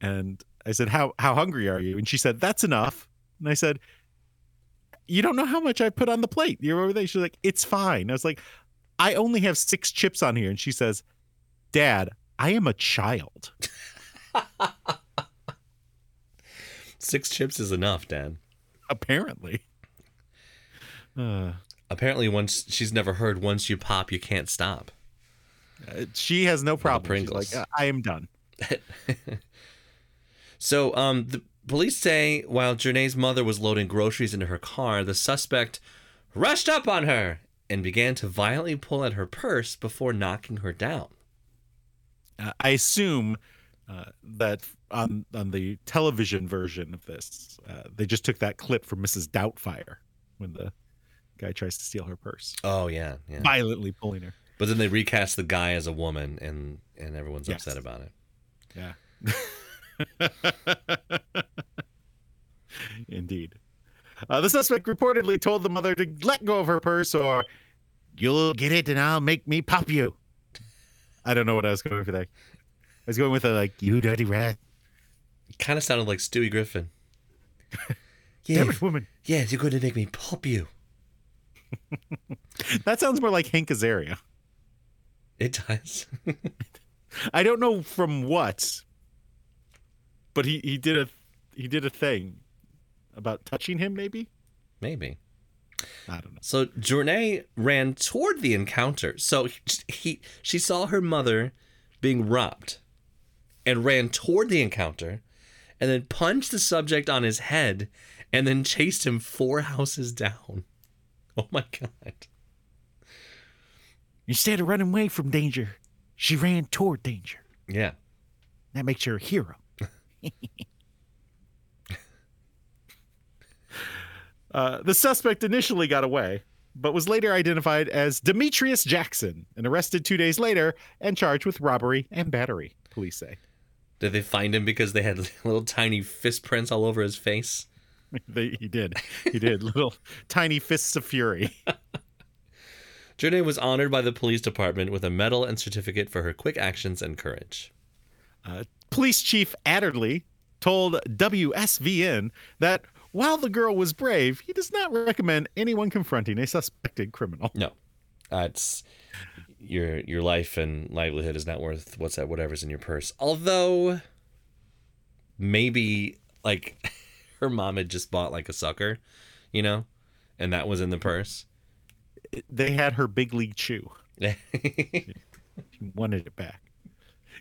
[SPEAKER 2] And I said, "How how hungry are you?" And she said, "That's enough." And I said, "You don't know how much I put on the plate. You're over there." She's like, "It's fine." I was like, "I only have six chips on here," and she says, "Dad, I am a child."
[SPEAKER 1] Six chips is enough, Dan.
[SPEAKER 2] Apparently. Uh,
[SPEAKER 1] Apparently, once she's never heard. Once you pop, you can't stop.
[SPEAKER 2] she has no problem. She's
[SPEAKER 1] Pringles.
[SPEAKER 2] like, "I- I am done.
[SPEAKER 1] So, um, the police say while Jernay's mother was loading groceries into her car, the suspect rushed up on her and began to violently pull at her purse before knocking her down.
[SPEAKER 2] Uh, I assume uh, that on on the television version of this, uh, they just took that clip from Mrs. Doubtfire when the guy tries to steal her purse,
[SPEAKER 1] Oh yeah, yeah.
[SPEAKER 2] violently pulling her.
[SPEAKER 1] But then they recast the guy as a woman, and and everyone's
[SPEAKER 2] Yes.
[SPEAKER 1] upset about it.
[SPEAKER 2] Yeah. Indeed. Uh, the suspect reportedly told the mother to let go of her purse or you'll get it and I'll make me pop you. I don't know what I was going for there. I was going with a like, you dirty rat.
[SPEAKER 1] Kind of sounded like Stewie Griffin.
[SPEAKER 2] Damn it, woman.
[SPEAKER 1] yeah, you're going to make me pop you.
[SPEAKER 2] That sounds more like Hank Azaria.
[SPEAKER 1] It does.
[SPEAKER 2] I don't know from what, but he, he did a he did a thing about touching him. Maybe
[SPEAKER 1] Maybe.
[SPEAKER 2] I don't know.
[SPEAKER 1] So Journay ran toward the encounter. So he, he she saw her mother being robbed and ran toward the encounter and then punched the subject on his head and then chased him four houses down. Oh my god.
[SPEAKER 2] Instead of running away from danger, she ran toward danger.
[SPEAKER 1] Yeah.
[SPEAKER 2] That makes her a hero. uh, the suspect initially got away, but was later identified as Demetrius Jackson and arrested two days later and charged with robbery and battery. Police say
[SPEAKER 1] Did they find him because they had little tiny fist prints all over his face?
[SPEAKER 2] they, he did. He did little tiny fists of fury.
[SPEAKER 1] Journay was honored by the police department with a medal and certificate for her quick actions and courage.
[SPEAKER 2] Uh, Police Chief Adderley told WSVN that while the girl was brave, he does not recommend anyone confronting a suspected criminal.
[SPEAKER 1] No, uh, it's your your life and livelihood is not worth what's that whatever's in your purse. Although, maybe like her mom had just bought like a sucker, you know, and that was in the purse.
[SPEAKER 2] They had her big league chew.
[SPEAKER 1] yeah,
[SPEAKER 2] She wanted it back.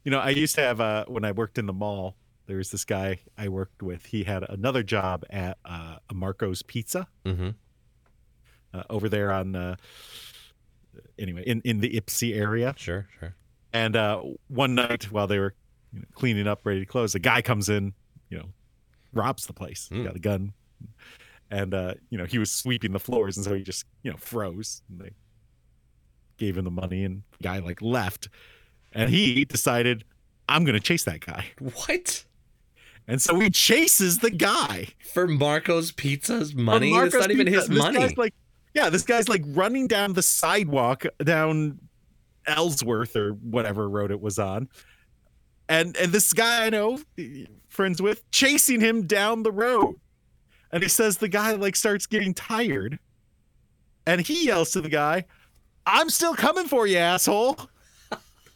[SPEAKER 2] You know, I used to have uh, when I worked in the mall. There was this guy I worked with. He had another job at uh, a Marco's Pizza
[SPEAKER 1] Mhm.
[SPEAKER 2] uh, over there on, uh, anyway, in, in the Ipsy area.
[SPEAKER 1] sure, sure.
[SPEAKER 2] And uh, one night while they were you know, cleaning up, ready to close, a guy comes in, you know, robs the place. He
[SPEAKER 1] Hmm.
[SPEAKER 2] Got a gun, and uh, you know he was sweeping the floors, and so he just you know froze. And they gave him the money, and the guy like left, and he decided, I'm gonna chase that guy,
[SPEAKER 1] What
[SPEAKER 2] and so he chases the guy.
[SPEAKER 1] for Marco's Pizza's money?
[SPEAKER 2] But
[SPEAKER 1] That's not
[SPEAKER 2] Marcos
[SPEAKER 1] even
[SPEAKER 2] Pizza-
[SPEAKER 1] his
[SPEAKER 2] this
[SPEAKER 1] money.
[SPEAKER 2] guy's like, yeah, this guy's like running down the sidewalk down Ellsworth or whatever road it was on, and and this guy I know, friends with, chasing him down the road, and he says the guy like starts getting tired, and he yells to the guy, "I'm still coming for you, asshole."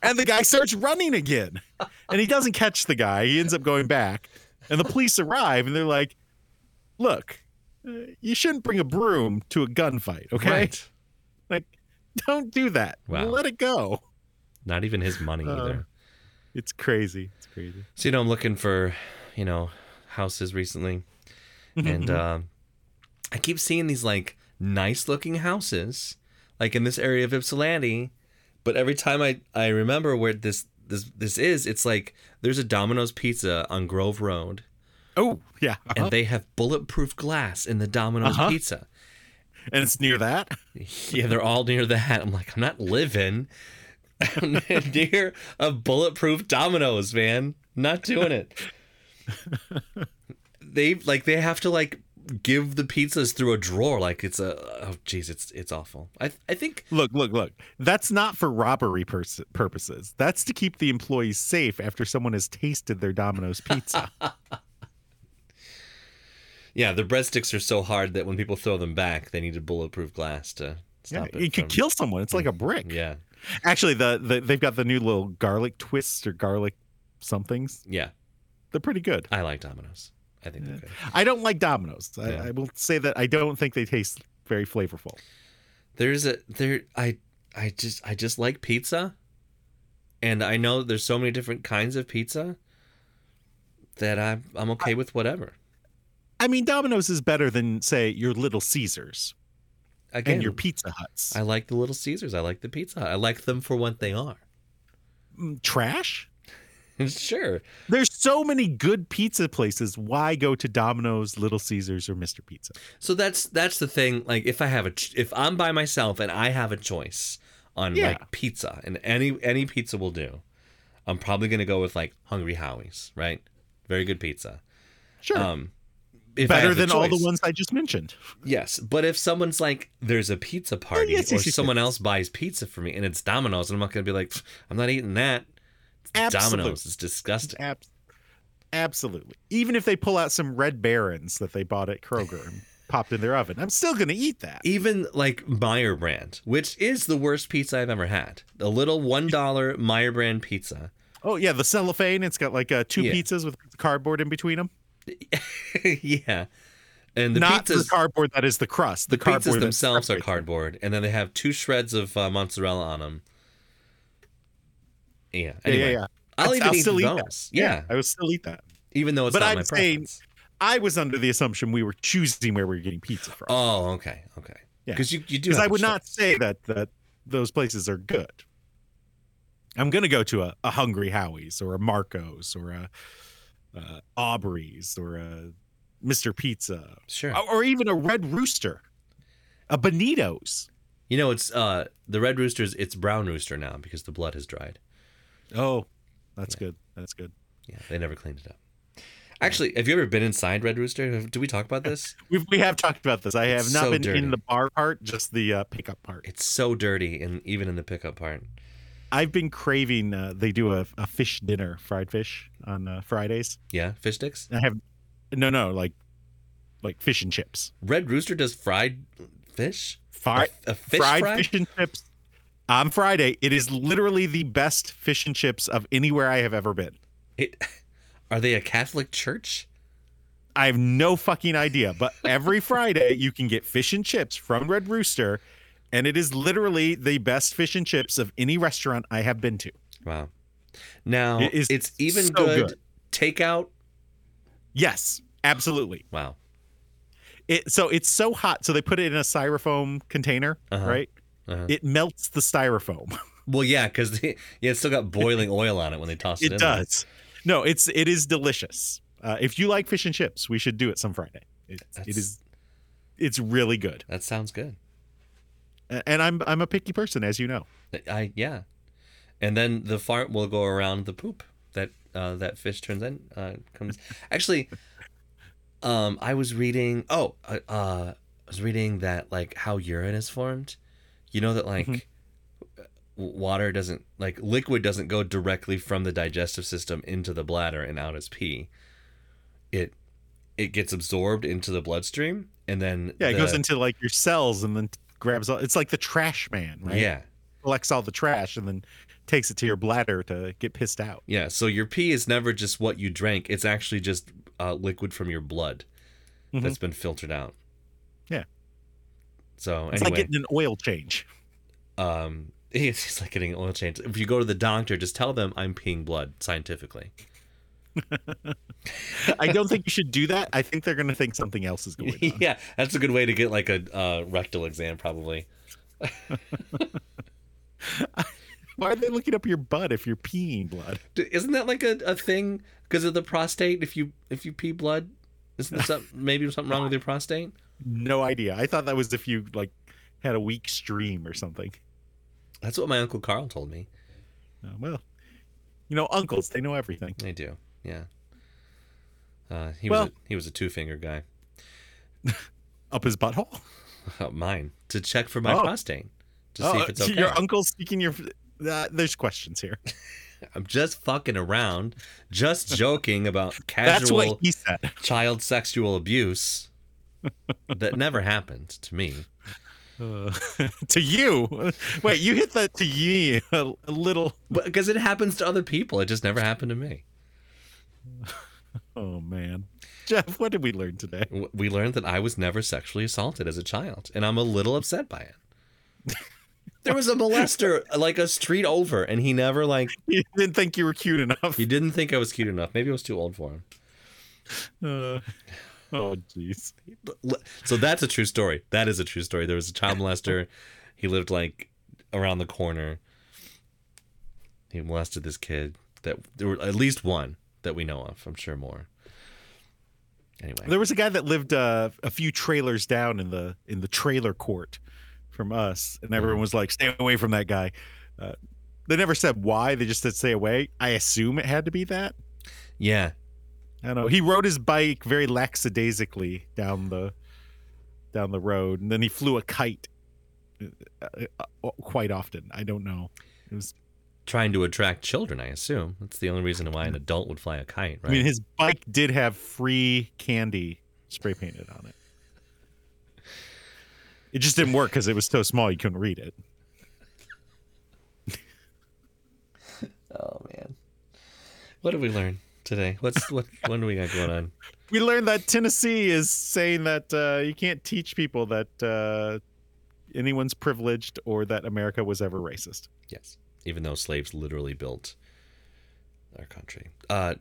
[SPEAKER 2] And the guy starts running again. And he doesn't catch the guy. He ends up going back. And the police arrive and they're like, look, uh, you shouldn't bring a broom to a gunfight, okay?
[SPEAKER 1] Right.
[SPEAKER 2] Like, don't do that.
[SPEAKER 1] Wow.
[SPEAKER 2] Let it go.
[SPEAKER 1] Not even his money
[SPEAKER 2] Uh,
[SPEAKER 1] either.
[SPEAKER 2] It's crazy. It's crazy.
[SPEAKER 1] So you know, I'm looking for, you know, houses recently,
[SPEAKER 2] Mm-hmm,
[SPEAKER 1] and um, I keep seeing these like nice looking houses, like in this area of Ypsilanti. But every time I I remember where this this this is, it's like there's a Domino's Pizza on Grove Road,
[SPEAKER 2] Oh, yeah. Uh-huh.
[SPEAKER 1] and they have bulletproof glass in the Domino's
[SPEAKER 2] Uh-huh.
[SPEAKER 1] Pizza.
[SPEAKER 2] and it's near that.
[SPEAKER 1] Yeah, they're all near that. I'm like, I'm not living I'm near a bulletproof Domino's, man. Not doing it. they like they have to like give the pizzas through a drawer. Like it's a oh jeez, it's it's awful. I I think
[SPEAKER 2] Look, look, look. That's not for robbery pers- purposes. That's to keep the employees safe after someone has tasted their Domino's pizza.
[SPEAKER 1] yeah, the breadsticks are so hard that when people throw them back, they need a bulletproof glass to
[SPEAKER 2] yeah,
[SPEAKER 1] stop
[SPEAKER 2] it,
[SPEAKER 1] it.
[SPEAKER 2] could
[SPEAKER 1] from-
[SPEAKER 2] kill someone. It's like a brick.
[SPEAKER 1] Yeah,
[SPEAKER 2] Actually, the, the they've got the new little garlic twists or garlic somethings.
[SPEAKER 1] yeah.
[SPEAKER 2] They're pretty good.
[SPEAKER 1] I like Domino's. I think they're good.
[SPEAKER 2] I don't like Domino's. I,
[SPEAKER 1] Yeah.
[SPEAKER 2] I will say that I don't think they taste very flavorful.
[SPEAKER 1] there's a there i i just i just like pizza and i know there's so many different kinds of pizza that i'm i'm okay with whatever
[SPEAKER 2] I mean, Domino's is better than say your Little Caesars
[SPEAKER 1] again
[SPEAKER 2] and your Pizza Huts.
[SPEAKER 1] i like the little caesars i like the pizza Hut. i like them for what they are
[SPEAKER 2] Mm, Trash.
[SPEAKER 1] sure
[SPEAKER 2] There's so many good pizza places. Why go to Domino's, Little Caesars, or Mr. Pizza?
[SPEAKER 1] so that's that's the thing like if i have a ch- if i'm by myself and i have a choice on
[SPEAKER 2] Yeah.
[SPEAKER 1] like pizza and any any pizza will do i'm probably going to go with like hungry howie's right very good pizza
[SPEAKER 2] Sure.
[SPEAKER 1] um if I
[SPEAKER 2] better
[SPEAKER 1] have a
[SPEAKER 2] than all the
[SPEAKER 1] choice-
[SPEAKER 2] ones I just mentioned.
[SPEAKER 1] Yes, but if someone's like, "There's a pizza party,"
[SPEAKER 2] yes,
[SPEAKER 1] or
[SPEAKER 2] yes, yes,
[SPEAKER 1] someone else buys pizza for me, and it's Domino's, and I'm not gonna be like, "Pfft, "I'm not eating that." It's
[SPEAKER 2] Absolutely.
[SPEAKER 1] Domino's is disgusting.
[SPEAKER 2] Ab- absolutely. Even if they pull out some Red Barons that they bought at Kroger and popped in their oven, I'm still going to eat that.
[SPEAKER 1] Even like Meyer Brand, which is the worst pizza I've ever had, a little one dollar Meyer Brand pizza.
[SPEAKER 2] Oh yeah, the cellophane. It's got like uh, two
[SPEAKER 1] Yeah.
[SPEAKER 2] pizzas with cardboard in between them.
[SPEAKER 1] yeah, and the
[SPEAKER 2] Not
[SPEAKER 1] pizzas,
[SPEAKER 2] the cardboard that is the crust. The,
[SPEAKER 1] the pizzas
[SPEAKER 2] cardboard that's
[SPEAKER 1] themselves are
[SPEAKER 2] separated.
[SPEAKER 1] cardboard, and then they have two shreds of uh, mozzarella on them. Yeah,
[SPEAKER 2] Yeah,
[SPEAKER 1] anyway,
[SPEAKER 2] yeah, yeah.
[SPEAKER 1] I'll
[SPEAKER 2] I'd-
[SPEAKER 1] even
[SPEAKER 2] I'll
[SPEAKER 1] eat
[SPEAKER 2] still eat that.
[SPEAKER 1] those. Yeah.
[SPEAKER 2] I would still eat that.
[SPEAKER 1] even though it's
[SPEAKER 2] But
[SPEAKER 1] not
[SPEAKER 2] I'm
[SPEAKER 1] my
[SPEAKER 2] saying-
[SPEAKER 1] preference.
[SPEAKER 2] I was under the assumption we were choosing where we were getting pizza from.
[SPEAKER 1] Oh, okay, okay.
[SPEAKER 2] Yeah.
[SPEAKER 1] Because you, you do.
[SPEAKER 2] because
[SPEAKER 1] have
[SPEAKER 2] I
[SPEAKER 1] a
[SPEAKER 2] would not
[SPEAKER 1] choice.
[SPEAKER 2] say that that those places are good. I'm gonna go to a, a Hungry Howie's or a Marco's or a uh, Aubrey's or a Mr. Pizza
[SPEAKER 1] Sure.
[SPEAKER 2] or, or even a Red Rooster, a Bonito's.
[SPEAKER 1] You know, it's uh the red roosters. It's brown rooster now because the blood has dried.
[SPEAKER 2] Oh, that's good. That's good.
[SPEAKER 1] Yeah, they never cleaned it up. Actually, have you ever been inside Red Rooster? Have- Do we talk about this?
[SPEAKER 2] We've, we have talked about this. I have
[SPEAKER 1] It's
[SPEAKER 2] not
[SPEAKER 1] so
[SPEAKER 2] been
[SPEAKER 1] dirty.
[SPEAKER 2] in the bar part, just the uh, pickup part.
[SPEAKER 1] It's so dirty, and even in the pickup part.
[SPEAKER 2] I've been craving. Uh, they do a, a fish dinner, fried fish on uh, Fridays.
[SPEAKER 1] Yeah, fish sticks.
[SPEAKER 2] I have no, no, like like fish and chips.
[SPEAKER 1] Red Rooster does fried fish.
[SPEAKER 2] Fri-
[SPEAKER 1] a, a fish
[SPEAKER 2] fried
[SPEAKER 1] fry?
[SPEAKER 2] fish and chips on Friday. It is literally the best fish and chips of anywhere I have ever been.
[SPEAKER 1] It, are they a Catholic church?
[SPEAKER 2] I have no fucking idea, but every Friday you can get fish and chips from Red Rooster, and it is literally the best fish and chips of any restaurant I have been to.
[SPEAKER 1] Wow. Now
[SPEAKER 2] It is
[SPEAKER 1] it's even
[SPEAKER 2] so
[SPEAKER 1] good,
[SPEAKER 2] good.
[SPEAKER 1] takeout.
[SPEAKER 2] Yes, absolutely.
[SPEAKER 1] Wow.
[SPEAKER 2] It so it's so hot, so they put it in a styrofoam container,
[SPEAKER 1] Uh-huh.
[SPEAKER 2] right?
[SPEAKER 1] Uh-huh.
[SPEAKER 2] It melts the styrofoam.
[SPEAKER 1] Well, yeah, because yeah, it's still got boiling oil on it when they toss it.
[SPEAKER 2] It
[SPEAKER 1] in there.
[SPEAKER 2] does. No, it's it is delicious. Uh, if you like fish and chips, we should do it some Friday. It, it
[SPEAKER 1] That's-
[SPEAKER 2] is. It's really good,
[SPEAKER 1] That sounds good.
[SPEAKER 2] A- and I'm I'm a picky person, as you know.
[SPEAKER 1] I yeah, and then the fart will go around the poop that uh, that fish turns in uh, comes. Actually, um, I was reading. Oh, uh, uh, I was reading that like how urine is formed. You know that like
[SPEAKER 2] Mm-hmm.
[SPEAKER 1] w- water doesn't like liquid doesn't go directly from the digestive system into the bladder and out as pee. It it gets absorbed into the bloodstream and then
[SPEAKER 2] Yeah, it goes
[SPEAKER 1] the-
[SPEAKER 2] into like your cells and then grabs all. It's like the trash man, right?
[SPEAKER 1] yeah
[SPEAKER 2] collects all the trash and then takes it to your bladder to get pissed out.
[SPEAKER 1] Yeah, so your pee is never just what you drank. It's actually just uh, liquid from your blood
[SPEAKER 2] Mhm.
[SPEAKER 1] that's been filtered out.
[SPEAKER 2] Yeah.
[SPEAKER 1] So
[SPEAKER 2] It's
[SPEAKER 1] anyway,
[SPEAKER 2] like getting an oil change.
[SPEAKER 1] um, it's just like getting an oil change. If you go to the doctor, just tell them I'm peeing blood scientifically.
[SPEAKER 2] I don't think you should do that. I think they're going to think something else is going on.
[SPEAKER 1] yeah, that's a good way to get like a uh, rectal exam, probably.
[SPEAKER 2] Why are they looking up your butt if you're peeing blood?
[SPEAKER 1] D- Isn't that like a, a thing because of the prostate? If you if you pee blood, isn't there some, maybe something wrong with your prostate?
[SPEAKER 2] No idea. I thought that was if you like had a weak stream or something.
[SPEAKER 1] That's what my uncle Carl told me.
[SPEAKER 2] Uh, well, you know, uncles, they know everything.
[SPEAKER 1] I do. Yeah. Uh, he was
[SPEAKER 2] Well-
[SPEAKER 1] a, he was a two finger guy.
[SPEAKER 2] Up his butthole.
[SPEAKER 1] Uh, Mine to check for my
[SPEAKER 2] Oh.
[SPEAKER 1] prostate to see if it's okay.
[SPEAKER 2] Uh, Your uncle's speaking your. Uh, there's questions here.
[SPEAKER 1] I'm just fucking around, just joking about
[SPEAKER 2] That's what
[SPEAKER 1] casual
[SPEAKER 2] he said.
[SPEAKER 1] child sexual abuse that never happened to me.
[SPEAKER 2] Uh, to you. Wait, you hit that to ye a, a little.
[SPEAKER 1] But because it happens to other people, it just never happened to me.
[SPEAKER 2] Oh, man. Jeff, what did we learn today?
[SPEAKER 1] W- We learned that I was never sexually assaulted as a child, and I'm a little upset by it. There was a molester like a street over, and he never like
[SPEAKER 2] You didn't think you were cute enough.
[SPEAKER 1] he didn't think I was cute enough. Maybe I was too old for him.
[SPEAKER 2] Uh, oh, jeez.
[SPEAKER 1] L- So that's a true story. That is a true story. There was a child molester. He lived like around the corner. He molested this kid. That there were at least one that we know of. I'm sure more. Anyway,
[SPEAKER 2] There was a guy that lived uh, a few trailers down in the in the trailer court from us, and everyone was like, "Stay away from that guy." Uh, they never said why; they just said, "Stay away." I assume it had to be that.
[SPEAKER 1] yeah,
[SPEAKER 2] I don't know. He rode his bike very lackadaisically down the down the road, and then he flew a kite uh, uh, quite often. I don't know. It was.
[SPEAKER 1] trying to attract children. I assume that's the only reason why an adult would fly a kite, right?
[SPEAKER 2] I mean, his bike did have free candy spray painted on it. It just didn't work because it was so small you couldn't read it.
[SPEAKER 1] oh man, what did we learn today? What's what? what do we got going on?
[SPEAKER 2] We learned that Tennessee is saying that uh, you can't teach people that uh, anyone's privileged or that America was ever racist.
[SPEAKER 1] Yes. Even though slaves literally built our country. Uh,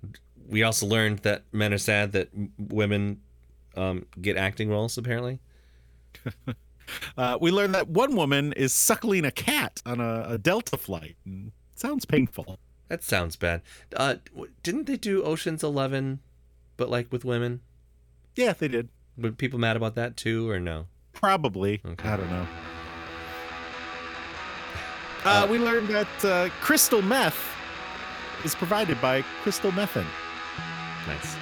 [SPEAKER 1] we also learned that men are sad that m- women um, get acting roles, apparently.
[SPEAKER 2] Uh, we learned that one woman is suckling a cat on a, a Delta flight. And it sounds painful.
[SPEAKER 1] That sounds bad. Uh, w- didn't they do Ocean's Eleven, but like with women?
[SPEAKER 2] Yeah, they did.
[SPEAKER 1] Were people mad about that too, or no?
[SPEAKER 2] Probably.
[SPEAKER 1] Okay.
[SPEAKER 2] I don't know. Uh, we learned that uh, crystal meth is provided by crystal methane.
[SPEAKER 1] Nice.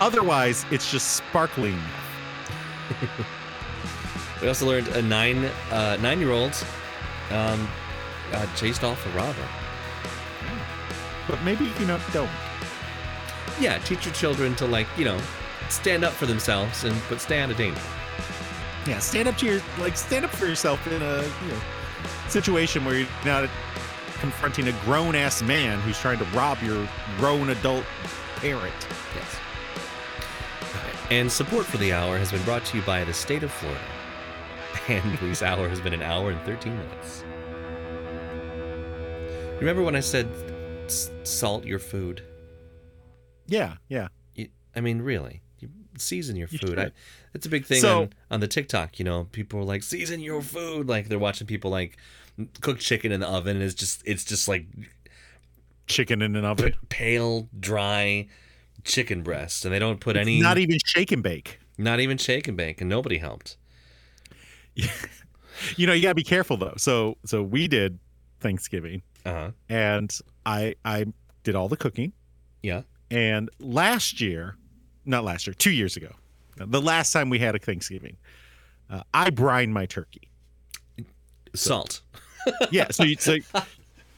[SPEAKER 2] Otherwise, it's just sparkling. meth.
[SPEAKER 1] We also learned a nine uh, nine year old um, uh, chased off a robber.
[SPEAKER 2] But maybe, you know, don't.
[SPEAKER 1] Yeah, teach your children to like you know stand up for themselves and but stay out of danger.
[SPEAKER 2] Yeah, stand up to your like stand up for yourself in a you know, situation where you're not confronting a grown ass man who's trying to rob your grown adult parent.
[SPEAKER 1] Yes. And support for the hour has been brought to you by the state of Florida. And this hour has been an hour and 13 minutes. Remember when I said s- salt your food?
[SPEAKER 2] Yeah, yeah.
[SPEAKER 1] You, I mean, really, you season your
[SPEAKER 2] You
[SPEAKER 1] food.
[SPEAKER 2] should.
[SPEAKER 1] I, it's a big thing
[SPEAKER 2] So-
[SPEAKER 1] on, on the TikTok. You know, people are like, season your food. Like they're watching people like cook chicken in the oven. And it's just, it's just like
[SPEAKER 2] Chicken in an oven.
[SPEAKER 1] pale, dry chicken breast. And they don't put any,
[SPEAKER 2] Not e- even shake and bake.
[SPEAKER 1] not even shake and bake. And nobody helped.
[SPEAKER 2] You know, you gotta be careful though. So so we did Thanksgiving
[SPEAKER 1] Uh huh.
[SPEAKER 2] and I I did all the cooking.
[SPEAKER 1] Yeah.
[SPEAKER 2] And last year, not last year, two years ago, the last time we had a Thanksgiving, uh, I brine my turkey.
[SPEAKER 1] Salt.
[SPEAKER 2] yeah so you so,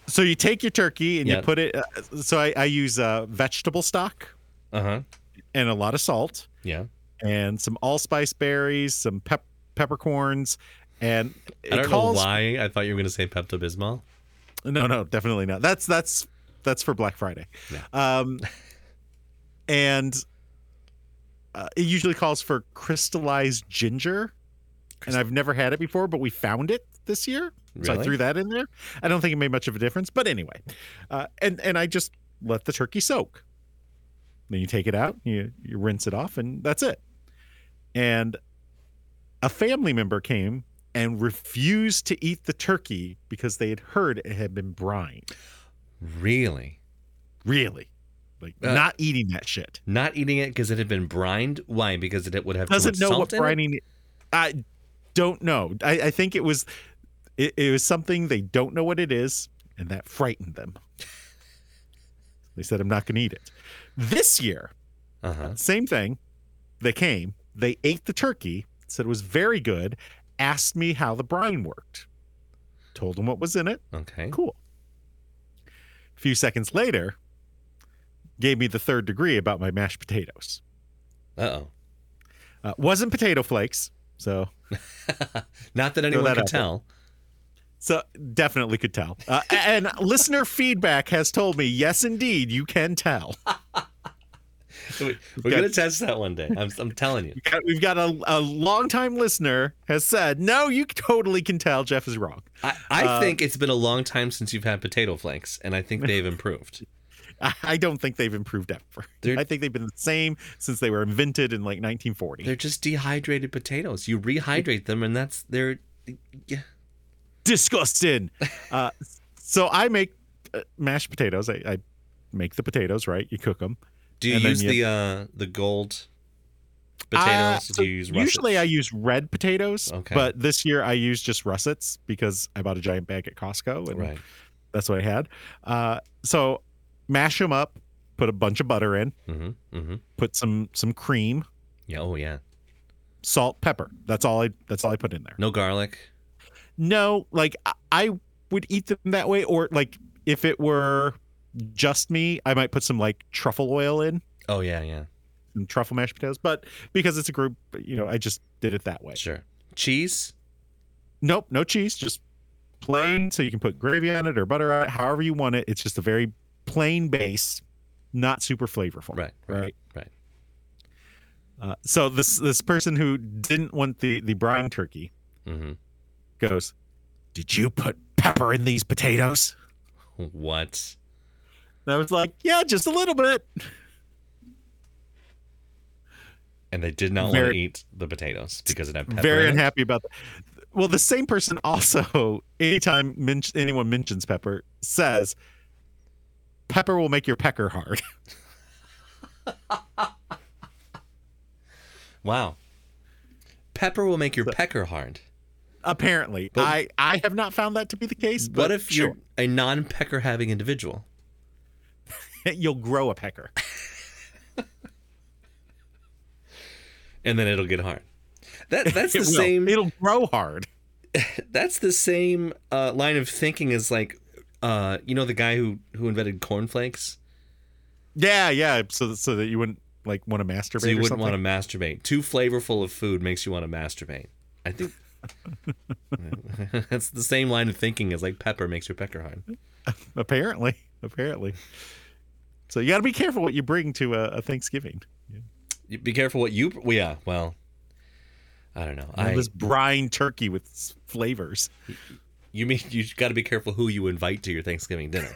[SPEAKER 2] so you take your turkey and
[SPEAKER 1] Yeah.
[SPEAKER 2] you put it uh, so i, I use uh, vegetable stock
[SPEAKER 1] Uh huh.
[SPEAKER 2] and a lot of salt
[SPEAKER 1] Yeah.
[SPEAKER 2] and some allspice berries some pep- peppercorns and it
[SPEAKER 1] I don't
[SPEAKER 2] calls
[SPEAKER 1] know why I thought you were going to say Pepto Bismol.
[SPEAKER 2] no no definitely not that's that's that's for black friday um and uh, it usually calls for crystallized ginger and i've never had it before but we found it this year So I
[SPEAKER 1] Really?
[SPEAKER 2] threw that in there. I don't think it made much of a difference, but anyway, uh, and and I just let the turkey soak. Then you take it out, you you rinse it off, and that's it. And a family member came and refused to eat the turkey because they had heard it had been brined.
[SPEAKER 1] Really?
[SPEAKER 2] Really, like
[SPEAKER 1] Uh,
[SPEAKER 2] not eating that shit.
[SPEAKER 1] Not eating it because it had been brined? Why? Because it would have too
[SPEAKER 2] Doesn't
[SPEAKER 1] much
[SPEAKER 2] know what
[SPEAKER 1] salt in it?
[SPEAKER 2] brining. I don't know. I, I think it was it, it was something they don't know what it is, and that frightened them. they said, "I'm not going to eat it." This year,
[SPEAKER 1] Uh huh.
[SPEAKER 2] same thing. They came, they ate the turkey, said it was very good. Asked me how the brine worked. Told them what was in it.
[SPEAKER 1] Okay.
[SPEAKER 2] Cool. A few seconds later, gave me the third degree about my mashed potatoes.
[SPEAKER 1] Uh oh.
[SPEAKER 2] Uh, wasn't potato flakes, so
[SPEAKER 1] Not that anyone
[SPEAKER 2] that
[SPEAKER 1] could
[SPEAKER 2] out there.
[SPEAKER 1] tell.
[SPEAKER 2] So definitely could tell. Uh, a- and listener feedback has told me, yes, indeed, you can tell.
[SPEAKER 1] We, we're gonna test that one day. I'm, I'm telling you.
[SPEAKER 2] We've got a, a longtime listener has said, no, you totally can tell Jeff is wrong.
[SPEAKER 1] I, I
[SPEAKER 2] Uh,
[SPEAKER 1] think it's been a long time since you've had potato flakes, and I think they've improved.
[SPEAKER 2] I- I don't think they've improved ever.
[SPEAKER 1] They're-
[SPEAKER 2] I think they've been the same since they were invented in like 1940.
[SPEAKER 1] They're just dehydrated potatoes. You rehydrate them, and that's they're yeah.
[SPEAKER 2] Disgusting. uh, so I make uh, mashed potatoes. I, I make the potatoes, right? You cook them.
[SPEAKER 1] Do you
[SPEAKER 2] And then
[SPEAKER 1] use
[SPEAKER 2] you-
[SPEAKER 1] the uh the gold potatoes? Do you use russets?
[SPEAKER 2] Uh, Usually I use red potatoes,
[SPEAKER 1] Okay.
[SPEAKER 2] but this year I used just russets because I bought a giant bag at Costco and
[SPEAKER 1] right.
[SPEAKER 2] that's what I had. Uh, so mash them up, put a bunch of butter in,
[SPEAKER 1] Mm-hmm. Mm-hmm.
[SPEAKER 2] put some some cream,
[SPEAKER 1] Yeah. Oh yeah.
[SPEAKER 2] salt, pepper. That's all I that's all I put in there.
[SPEAKER 1] No garlic.
[SPEAKER 2] No, like I, I would eat them that way or like if it were just me, I might put some like truffle oil in,
[SPEAKER 1] Oh yeah. Yeah.
[SPEAKER 2] some truffle mashed potatoes, but because it's a group, you know, I just did it that way.
[SPEAKER 1] Sure. Cheese.
[SPEAKER 2] Nope, no cheese, just plain. So you can put gravy on it or butter on it, however you want it. It's just a very plain base, not super flavorful.
[SPEAKER 1] Right. Right. Right.
[SPEAKER 2] Uh, so this this person who didn't want the the brine turkey
[SPEAKER 1] Mm-hmm.
[SPEAKER 2] goes, "Did you put pepper in these potatoes?"
[SPEAKER 1] What?
[SPEAKER 2] And I was like, "Yeah, just a little bit."
[SPEAKER 1] And they did not want to
[SPEAKER 2] Very-
[SPEAKER 1] eat the potatoes because it had pepper.
[SPEAKER 2] Very
[SPEAKER 1] in it?
[SPEAKER 2] unhappy about that. Well, the same person also, anytime men- anyone mentions pepper, says, "Pepper will make your pecker hard."
[SPEAKER 1] Wow. Pepper will make your pecker hard.
[SPEAKER 2] Apparently,
[SPEAKER 1] But-
[SPEAKER 2] I I have not found that to be the case. But
[SPEAKER 1] What if you're a non-pecker having individual?
[SPEAKER 2] sure, you'll grow a pecker?
[SPEAKER 1] And then it'll get hard. That that's
[SPEAKER 2] It
[SPEAKER 1] the
[SPEAKER 2] will.
[SPEAKER 1] same
[SPEAKER 2] It'll grow hard.
[SPEAKER 1] that's the same uh, line of thinking as like uh, you know the guy who who invented cornflakes?
[SPEAKER 2] Yeah, yeah. So so that you wouldn't like want to masturbate.
[SPEAKER 1] So you
[SPEAKER 2] or
[SPEAKER 1] wouldn't
[SPEAKER 2] something.
[SPEAKER 1] want to masturbate. Too flavorful of food makes you want to masturbate. I think that's the same line of thinking as like pepper makes your pecker hard.
[SPEAKER 2] apparently apparently so you got to be careful what you bring to a, a thanksgiving
[SPEAKER 1] You- Be careful what you well, yeah, well I don't know.
[SPEAKER 2] All
[SPEAKER 1] I,
[SPEAKER 2] this brine turkey with s- flavors
[SPEAKER 1] you mean you got to be careful who you invite to your Thanksgiving dinner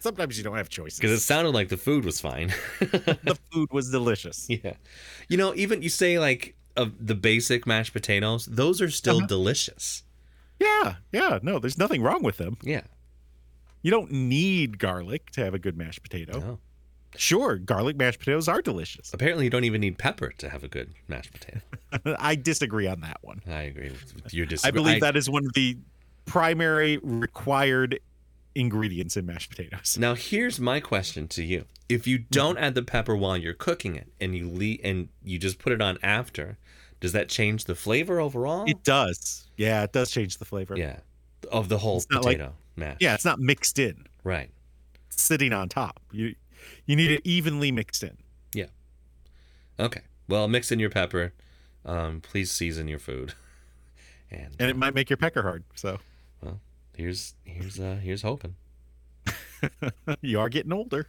[SPEAKER 2] sometimes you don't have choices
[SPEAKER 1] because it sounded like the food was fine.
[SPEAKER 2] the food was delicious
[SPEAKER 1] Yeah. You know, even you say like of the basic mashed potatoes, those are still
[SPEAKER 2] Uh-huh.
[SPEAKER 1] delicious.
[SPEAKER 2] yeah yeah no there's nothing wrong with them
[SPEAKER 1] Yeah.
[SPEAKER 2] you don't need garlic to have a good mashed potato
[SPEAKER 1] No.
[SPEAKER 2] sure garlic mashed potatoes are delicious
[SPEAKER 1] Apparently, you don't even need pepper to have a good mashed potato.
[SPEAKER 2] i disagree on that one
[SPEAKER 1] I agree with with your
[SPEAKER 2] i
[SPEAKER 1] disagreement.
[SPEAKER 2] believe that is one of the primary required ingredients in mashed potatoes
[SPEAKER 1] Now, here's my question to you: If
[SPEAKER 2] Mm-hmm.
[SPEAKER 1] you don't add the pepper while you're cooking it, and you le- and you just put it on after, does that change the flavor overall?
[SPEAKER 2] it does yeah it does change the flavor
[SPEAKER 1] yeah, of the whole
[SPEAKER 2] It's not like-
[SPEAKER 1] potato mash.
[SPEAKER 2] yeah it's not mixed in
[SPEAKER 1] Right.
[SPEAKER 2] sitting on top. You you need it evenly mixed in.
[SPEAKER 1] Okay. Well, mix in your pepper. Um, please season your food. And,
[SPEAKER 2] And it might make your pecker hard. So
[SPEAKER 1] well, here's here's uh here's hoping.
[SPEAKER 2] you are getting older.